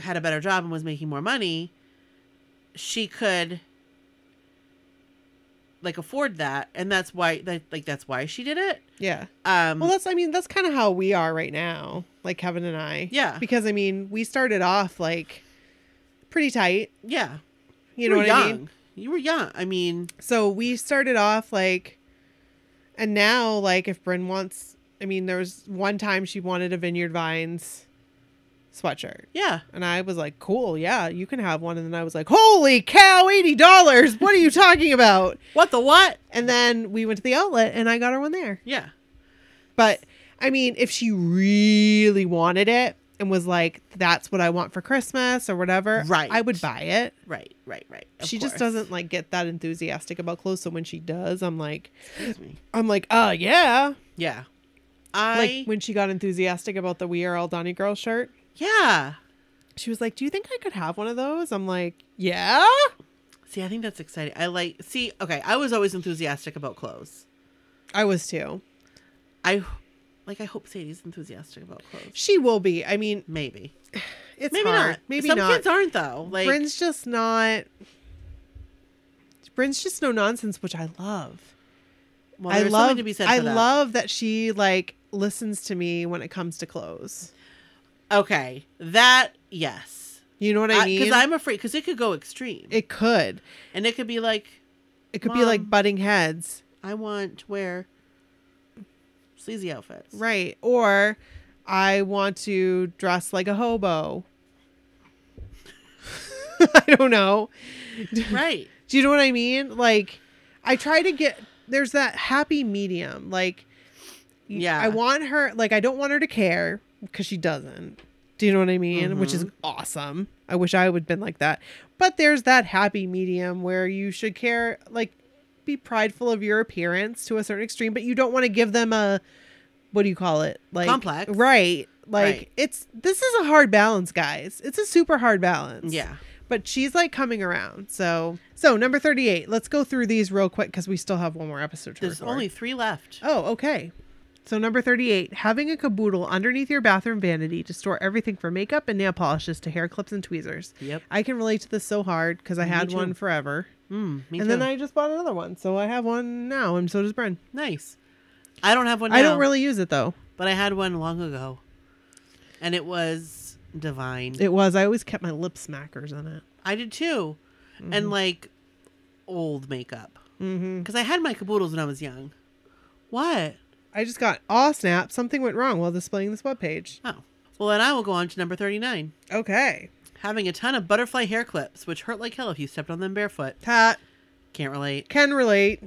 [SPEAKER 2] had a better job and was making more money, she could like afford that, and that's why that like that's why she did it.
[SPEAKER 3] Yeah.
[SPEAKER 2] Um,
[SPEAKER 3] Well, that's I mean, that's kind of how we are right now, like Kevin and I.
[SPEAKER 2] yeah,
[SPEAKER 3] Because I mean, we started off like pretty tight,
[SPEAKER 2] yeah.
[SPEAKER 3] you know
[SPEAKER 2] were
[SPEAKER 3] what
[SPEAKER 2] young.
[SPEAKER 3] I mean?
[SPEAKER 2] You were young. I mean,
[SPEAKER 3] So we started off like and now like if Bryn wants I mean, there was one time she wanted a Vineyard Vines sweatshirt.
[SPEAKER 2] yeah,
[SPEAKER 3] And I was like, cool, yeah, you can have one. And then I was like, holy cow, $80. What are you talking about?
[SPEAKER 2] what the what?
[SPEAKER 3] And then we went to the outlet and I got her one there.
[SPEAKER 2] Yeah,
[SPEAKER 3] But I mean, if she really wanted it and was like, that's what I want for Christmas or whatever,
[SPEAKER 2] Right.
[SPEAKER 3] I would buy it.
[SPEAKER 2] right, right, right. Of
[SPEAKER 3] she just
[SPEAKER 2] course.
[SPEAKER 3] doesn't like get that enthusiastic about clothes. So when she does, I'm like,
[SPEAKER 2] Excuse me.
[SPEAKER 3] I'm like, uh, yeah.
[SPEAKER 2] Yeah, I
[SPEAKER 3] Like when she got enthusiastic about the We Are All Donny Girl shirt,
[SPEAKER 2] yeah.
[SPEAKER 3] she was like, do you think I could have one of those? I'm like, yeah.
[SPEAKER 2] See, I think that's exciting. I like see, okay, I was always enthusiastic about clothes.
[SPEAKER 3] I was too.
[SPEAKER 2] I like I hope Sadie's enthusiastic about clothes.
[SPEAKER 3] She will be. I mean,
[SPEAKER 2] Maybe.
[SPEAKER 3] it's
[SPEAKER 2] Maybe
[SPEAKER 3] hard.
[SPEAKER 2] not.
[SPEAKER 3] Maybe
[SPEAKER 2] Some
[SPEAKER 3] not.
[SPEAKER 2] kids aren't though. Like
[SPEAKER 3] Bryn's just not. Bryn's just no nonsense, which I love.
[SPEAKER 2] well,
[SPEAKER 3] I
[SPEAKER 2] there's something
[SPEAKER 3] love.
[SPEAKER 2] to be said
[SPEAKER 3] I
[SPEAKER 2] for that.
[SPEAKER 3] love that she like listens to me when it comes to clothes.
[SPEAKER 2] Okay. That yes.
[SPEAKER 3] You know what I, mean?
[SPEAKER 2] Cuz I'm afraid cuz it could go extreme.
[SPEAKER 3] it could.
[SPEAKER 2] and it could be like
[SPEAKER 3] It could be like
[SPEAKER 2] Mom.
[SPEAKER 3] butting heads,
[SPEAKER 2] I want to wear sleazy outfits.
[SPEAKER 3] right? Or I want to dress like a hobo. I don't know.
[SPEAKER 2] Right.
[SPEAKER 3] Do you know what I mean? Like, I try to get there's that happy medium. Like, y-
[SPEAKER 2] Yeah.
[SPEAKER 3] I want her. Like, I don't want her to care because she doesn't. Do you know what I mean? Which is
[SPEAKER 2] Mm-hmm.
[SPEAKER 3] awesome. I wish I would been like that. But there's that happy medium where you should care, like, be prideful of your appearance to a certain extreme, but you don't want to give them a what do you call it? Like
[SPEAKER 2] Complex.
[SPEAKER 3] right? Like
[SPEAKER 2] Right.
[SPEAKER 3] it's this is a hard balance, guys. It's a super hard balance
[SPEAKER 2] Yeah.
[SPEAKER 3] but she's like coming around. So, so number 38. Let's go through these real quick because we still have one more episode to
[SPEAKER 2] There's
[SPEAKER 3] record.
[SPEAKER 2] only 3 left.
[SPEAKER 3] Oh, okay. So number 38, having a caboodle underneath your bathroom vanity to store everything from makeup and nail polishes to hair clips and tweezers.
[SPEAKER 2] Yep.
[SPEAKER 3] I can relate to this so hard because I had
[SPEAKER 2] too.
[SPEAKER 3] one forever.
[SPEAKER 2] Mm, me
[SPEAKER 3] and
[SPEAKER 2] too.
[SPEAKER 3] then I just bought another one. So I have one now and so does Bren.
[SPEAKER 2] nice. I don't have one now.
[SPEAKER 3] I don't really use it though.
[SPEAKER 2] but I had one long ago, and it was divine.
[SPEAKER 3] It was I always kept my lip smackers in it.
[SPEAKER 2] I did too,
[SPEAKER 3] Mm-hmm.
[SPEAKER 2] and like old makeup
[SPEAKER 3] Mhm.
[SPEAKER 2] because I had my caboodles when I was young. What?
[SPEAKER 3] I just got aw snap, something went wrong while displaying this webpage.
[SPEAKER 2] Oh, well then I will go on to number thirty-nine.
[SPEAKER 3] Okay.
[SPEAKER 2] Having a ton of butterfly hair clips, which hurt like hell if you stepped on them barefoot.
[SPEAKER 3] Pat
[SPEAKER 2] Can't relate.
[SPEAKER 3] can relate.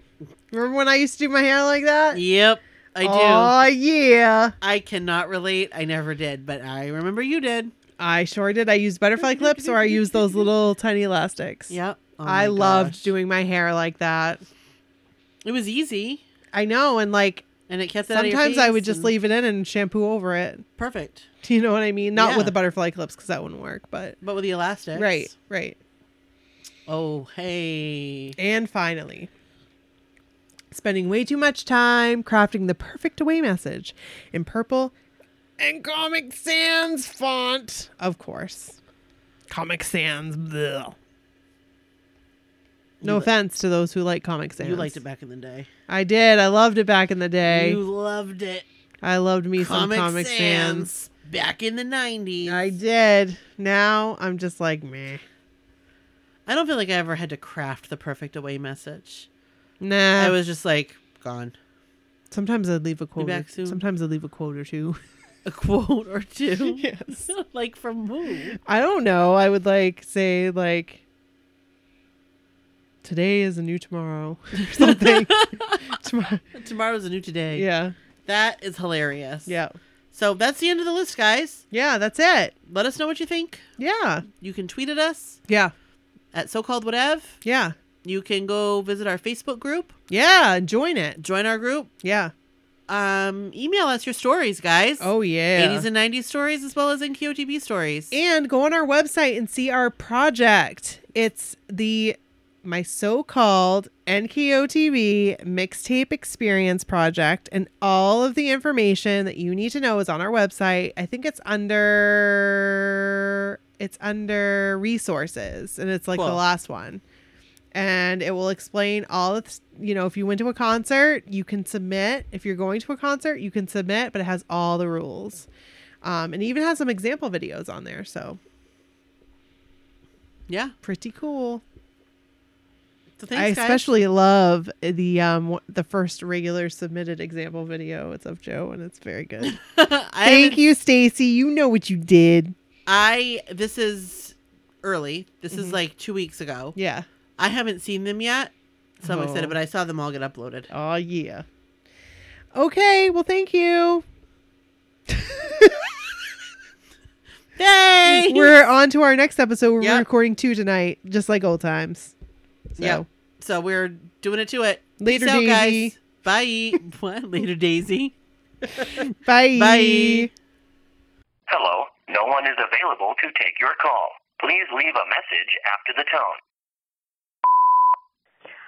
[SPEAKER 3] Remember when I used to do my hair like that?
[SPEAKER 2] Yep, I do.
[SPEAKER 3] Oh yeah,
[SPEAKER 2] I cannot relate. I never did, but I remember you did.
[SPEAKER 3] I sure did. I used butterfly clips, or I used those little tiny elastics.
[SPEAKER 2] Yep. Oh my
[SPEAKER 3] I loved
[SPEAKER 2] gosh.
[SPEAKER 3] doing my hair like that.
[SPEAKER 2] It was easy,
[SPEAKER 3] I know, and like
[SPEAKER 2] and it kept. it out of your
[SPEAKER 3] sometimes I
[SPEAKER 2] face,
[SPEAKER 3] would just
[SPEAKER 2] and-
[SPEAKER 3] leave it in and shampoo over it.
[SPEAKER 2] Perfect,
[SPEAKER 3] Do you know what I mean? Not
[SPEAKER 2] Yeah.
[SPEAKER 3] with the butterfly clips because that wouldn't work. But
[SPEAKER 2] but with the elastic.
[SPEAKER 3] right, right.
[SPEAKER 2] Oh, hey.
[SPEAKER 3] And finally, spending way too much time crafting the perfect away message in purple and Comic Sans font. Of course. Comic Sans. bleh.
[SPEAKER 2] You
[SPEAKER 3] No
[SPEAKER 2] li-
[SPEAKER 3] offense to those who like Comic Sans.
[SPEAKER 2] You liked it back in the day.
[SPEAKER 3] I did. I loved it back in the day.
[SPEAKER 2] You loved it.
[SPEAKER 3] I loved me
[SPEAKER 2] Comic,
[SPEAKER 3] some Comic Sans.
[SPEAKER 2] Sans back in the 90s.
[SPEAKER 3] I
[SPEAKER 2] I,
[SPEAKER 3] did. Now I'm just like meh.
[SPEAKER 2] don't feel like I ever had to craft the perfect away message.
[SPEAKER 3] Nah.
[SPEAKER 2] I was just like, gone.
[SPEAKER 3] sometimes I'd leave a quote. Or,
[SPEAKER 2] back soon.
[SPEAKER 3] sometimes I'd leave a quote or two.
[SPEAKER 2] A quote or two.
[SPEAKER 3] yes.
[SPEAKER 2] like from who?
[SPEAKER 3] I don't know. I would like say like today is a new tomorrow or something. tomorrow.
[SPEAKER 2] Tomorrow's a new today.
[SPEAKER 3] Yeah.
[SPEAKER 2] That is hilarious.
[SPEAKER 3] Yeah.
[SPEAKER 2] So that's the end of the list, guys.
[SPEAKER 3] Yeah, that's it.
[SPEAKER 2] Let us know what you think.
[SPEAKER 3] Yeah.
[SPEAKER 2] You can tweet at us
[SPEAKER 3] Yeah.
[SPEAKER 2] at so called whatever.
[SPEAKER 3] Yeah.
[SPEAKER 2] You can go visit our Facebook group,
[SPEAKER 3] Yeah, and join it.
[SPEAKER 2] join our group,
[SPEAKER 3] Yeah.
[SPEAKER 2] um, email us your stories, guys.
[SPEAKER 3] Oh yeah.
[SPEAKER 2] 80s and 90s stories as well as in QOTB stories.
[SPEAKER 3] and go on our website and see our project. It's the my so-called NKOTV mixtape experience project, and all of the information that you need to know is on our website. I think it's under it's under resources, and it's like the
[SPEAKER 2] Cool.
[SPEAKER 3] last one. And it will explain all of s- you know. If you went to a concert, you can submit. If you're going to a concert, you can submit, but it has all the rules, um, and it even has some example videos on there. So
[SPEAKER 2] Yeah.
[SPEAKER 3] pretty cool.
[SPEAKER 2] So
[SPEAKER 3] I
[SPEAKER 2] thanks, guys.
[SPEAKER 3] especially love the um w- the first regular submitted example video. It's of Joe and it's very good.
[SPEAKER 2] I
[SPEAKER 3] Thank
[SPEAKER 2] haven't-
[SPEAKER 3] you, Stacy. You know what you did.
[SPEAKER 2] I this is early. This
[SPEAKER 3] Mhm.
[SPEAKER 2] is like two weeks ago.
[SPEAKER 3] Yeah.
[SPEAKER 2] I haven't seen them yet, so I'm
[SPEAKER 3] Oh.
[SPEAKER 2] excited. But I saw them all get uploaded.
[SPEAKER 3] Oh yeah. Okay. Well, thank you.
[SPEAKER 2] Yay!
[SPEAKER 3] We're on to our next episode. We're
[SPEAKER 2] Yep.
[SPEAKER 3] recording two tonight, just like old times. So
[SPEAKER 2] Yep. so we're doing it to it.
[SPEAKER 3] Later,
[SPEAKER 2] Peace out,
[SPEAKER 3] Daisy.
[SPEAKER 2] guys. Bye. what? Later, Daisy.
[SPEAKER 3] bye.
[SPEAKER 2] Bye.
[SPEAKER 4] Hello, no one is available to take your call. Please leave a message after the tone.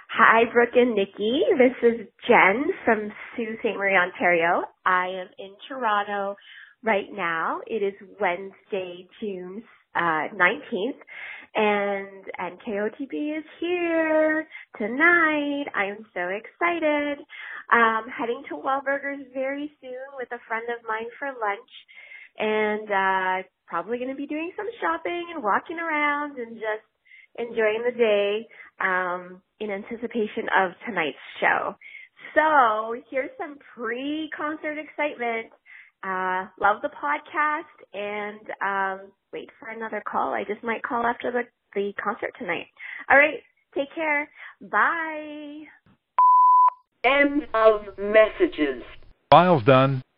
[SPEAKER 5] Hi, Brooke and Nikki. This is Jen from Sault Ste. Marie, Ontario. I am in Toronto right now. It is Wednesday, June uh, 19th, and NKOTB is here tonight. I'm so excited. Um, heading to Wahlburgers very soon with a friend of mine for lunch, and uh, probably going to be doing some shopping and walking around and just enjoying the day um, in anticipation of tonight's show. So here's some pre-concert excitement. Uh, love the podcast and um, wait for another call. I just might call after the, the concert tonight. All right, take care. Bye.
[SPEAKER 6] End of messages.
[SPEAKER 7] File's done.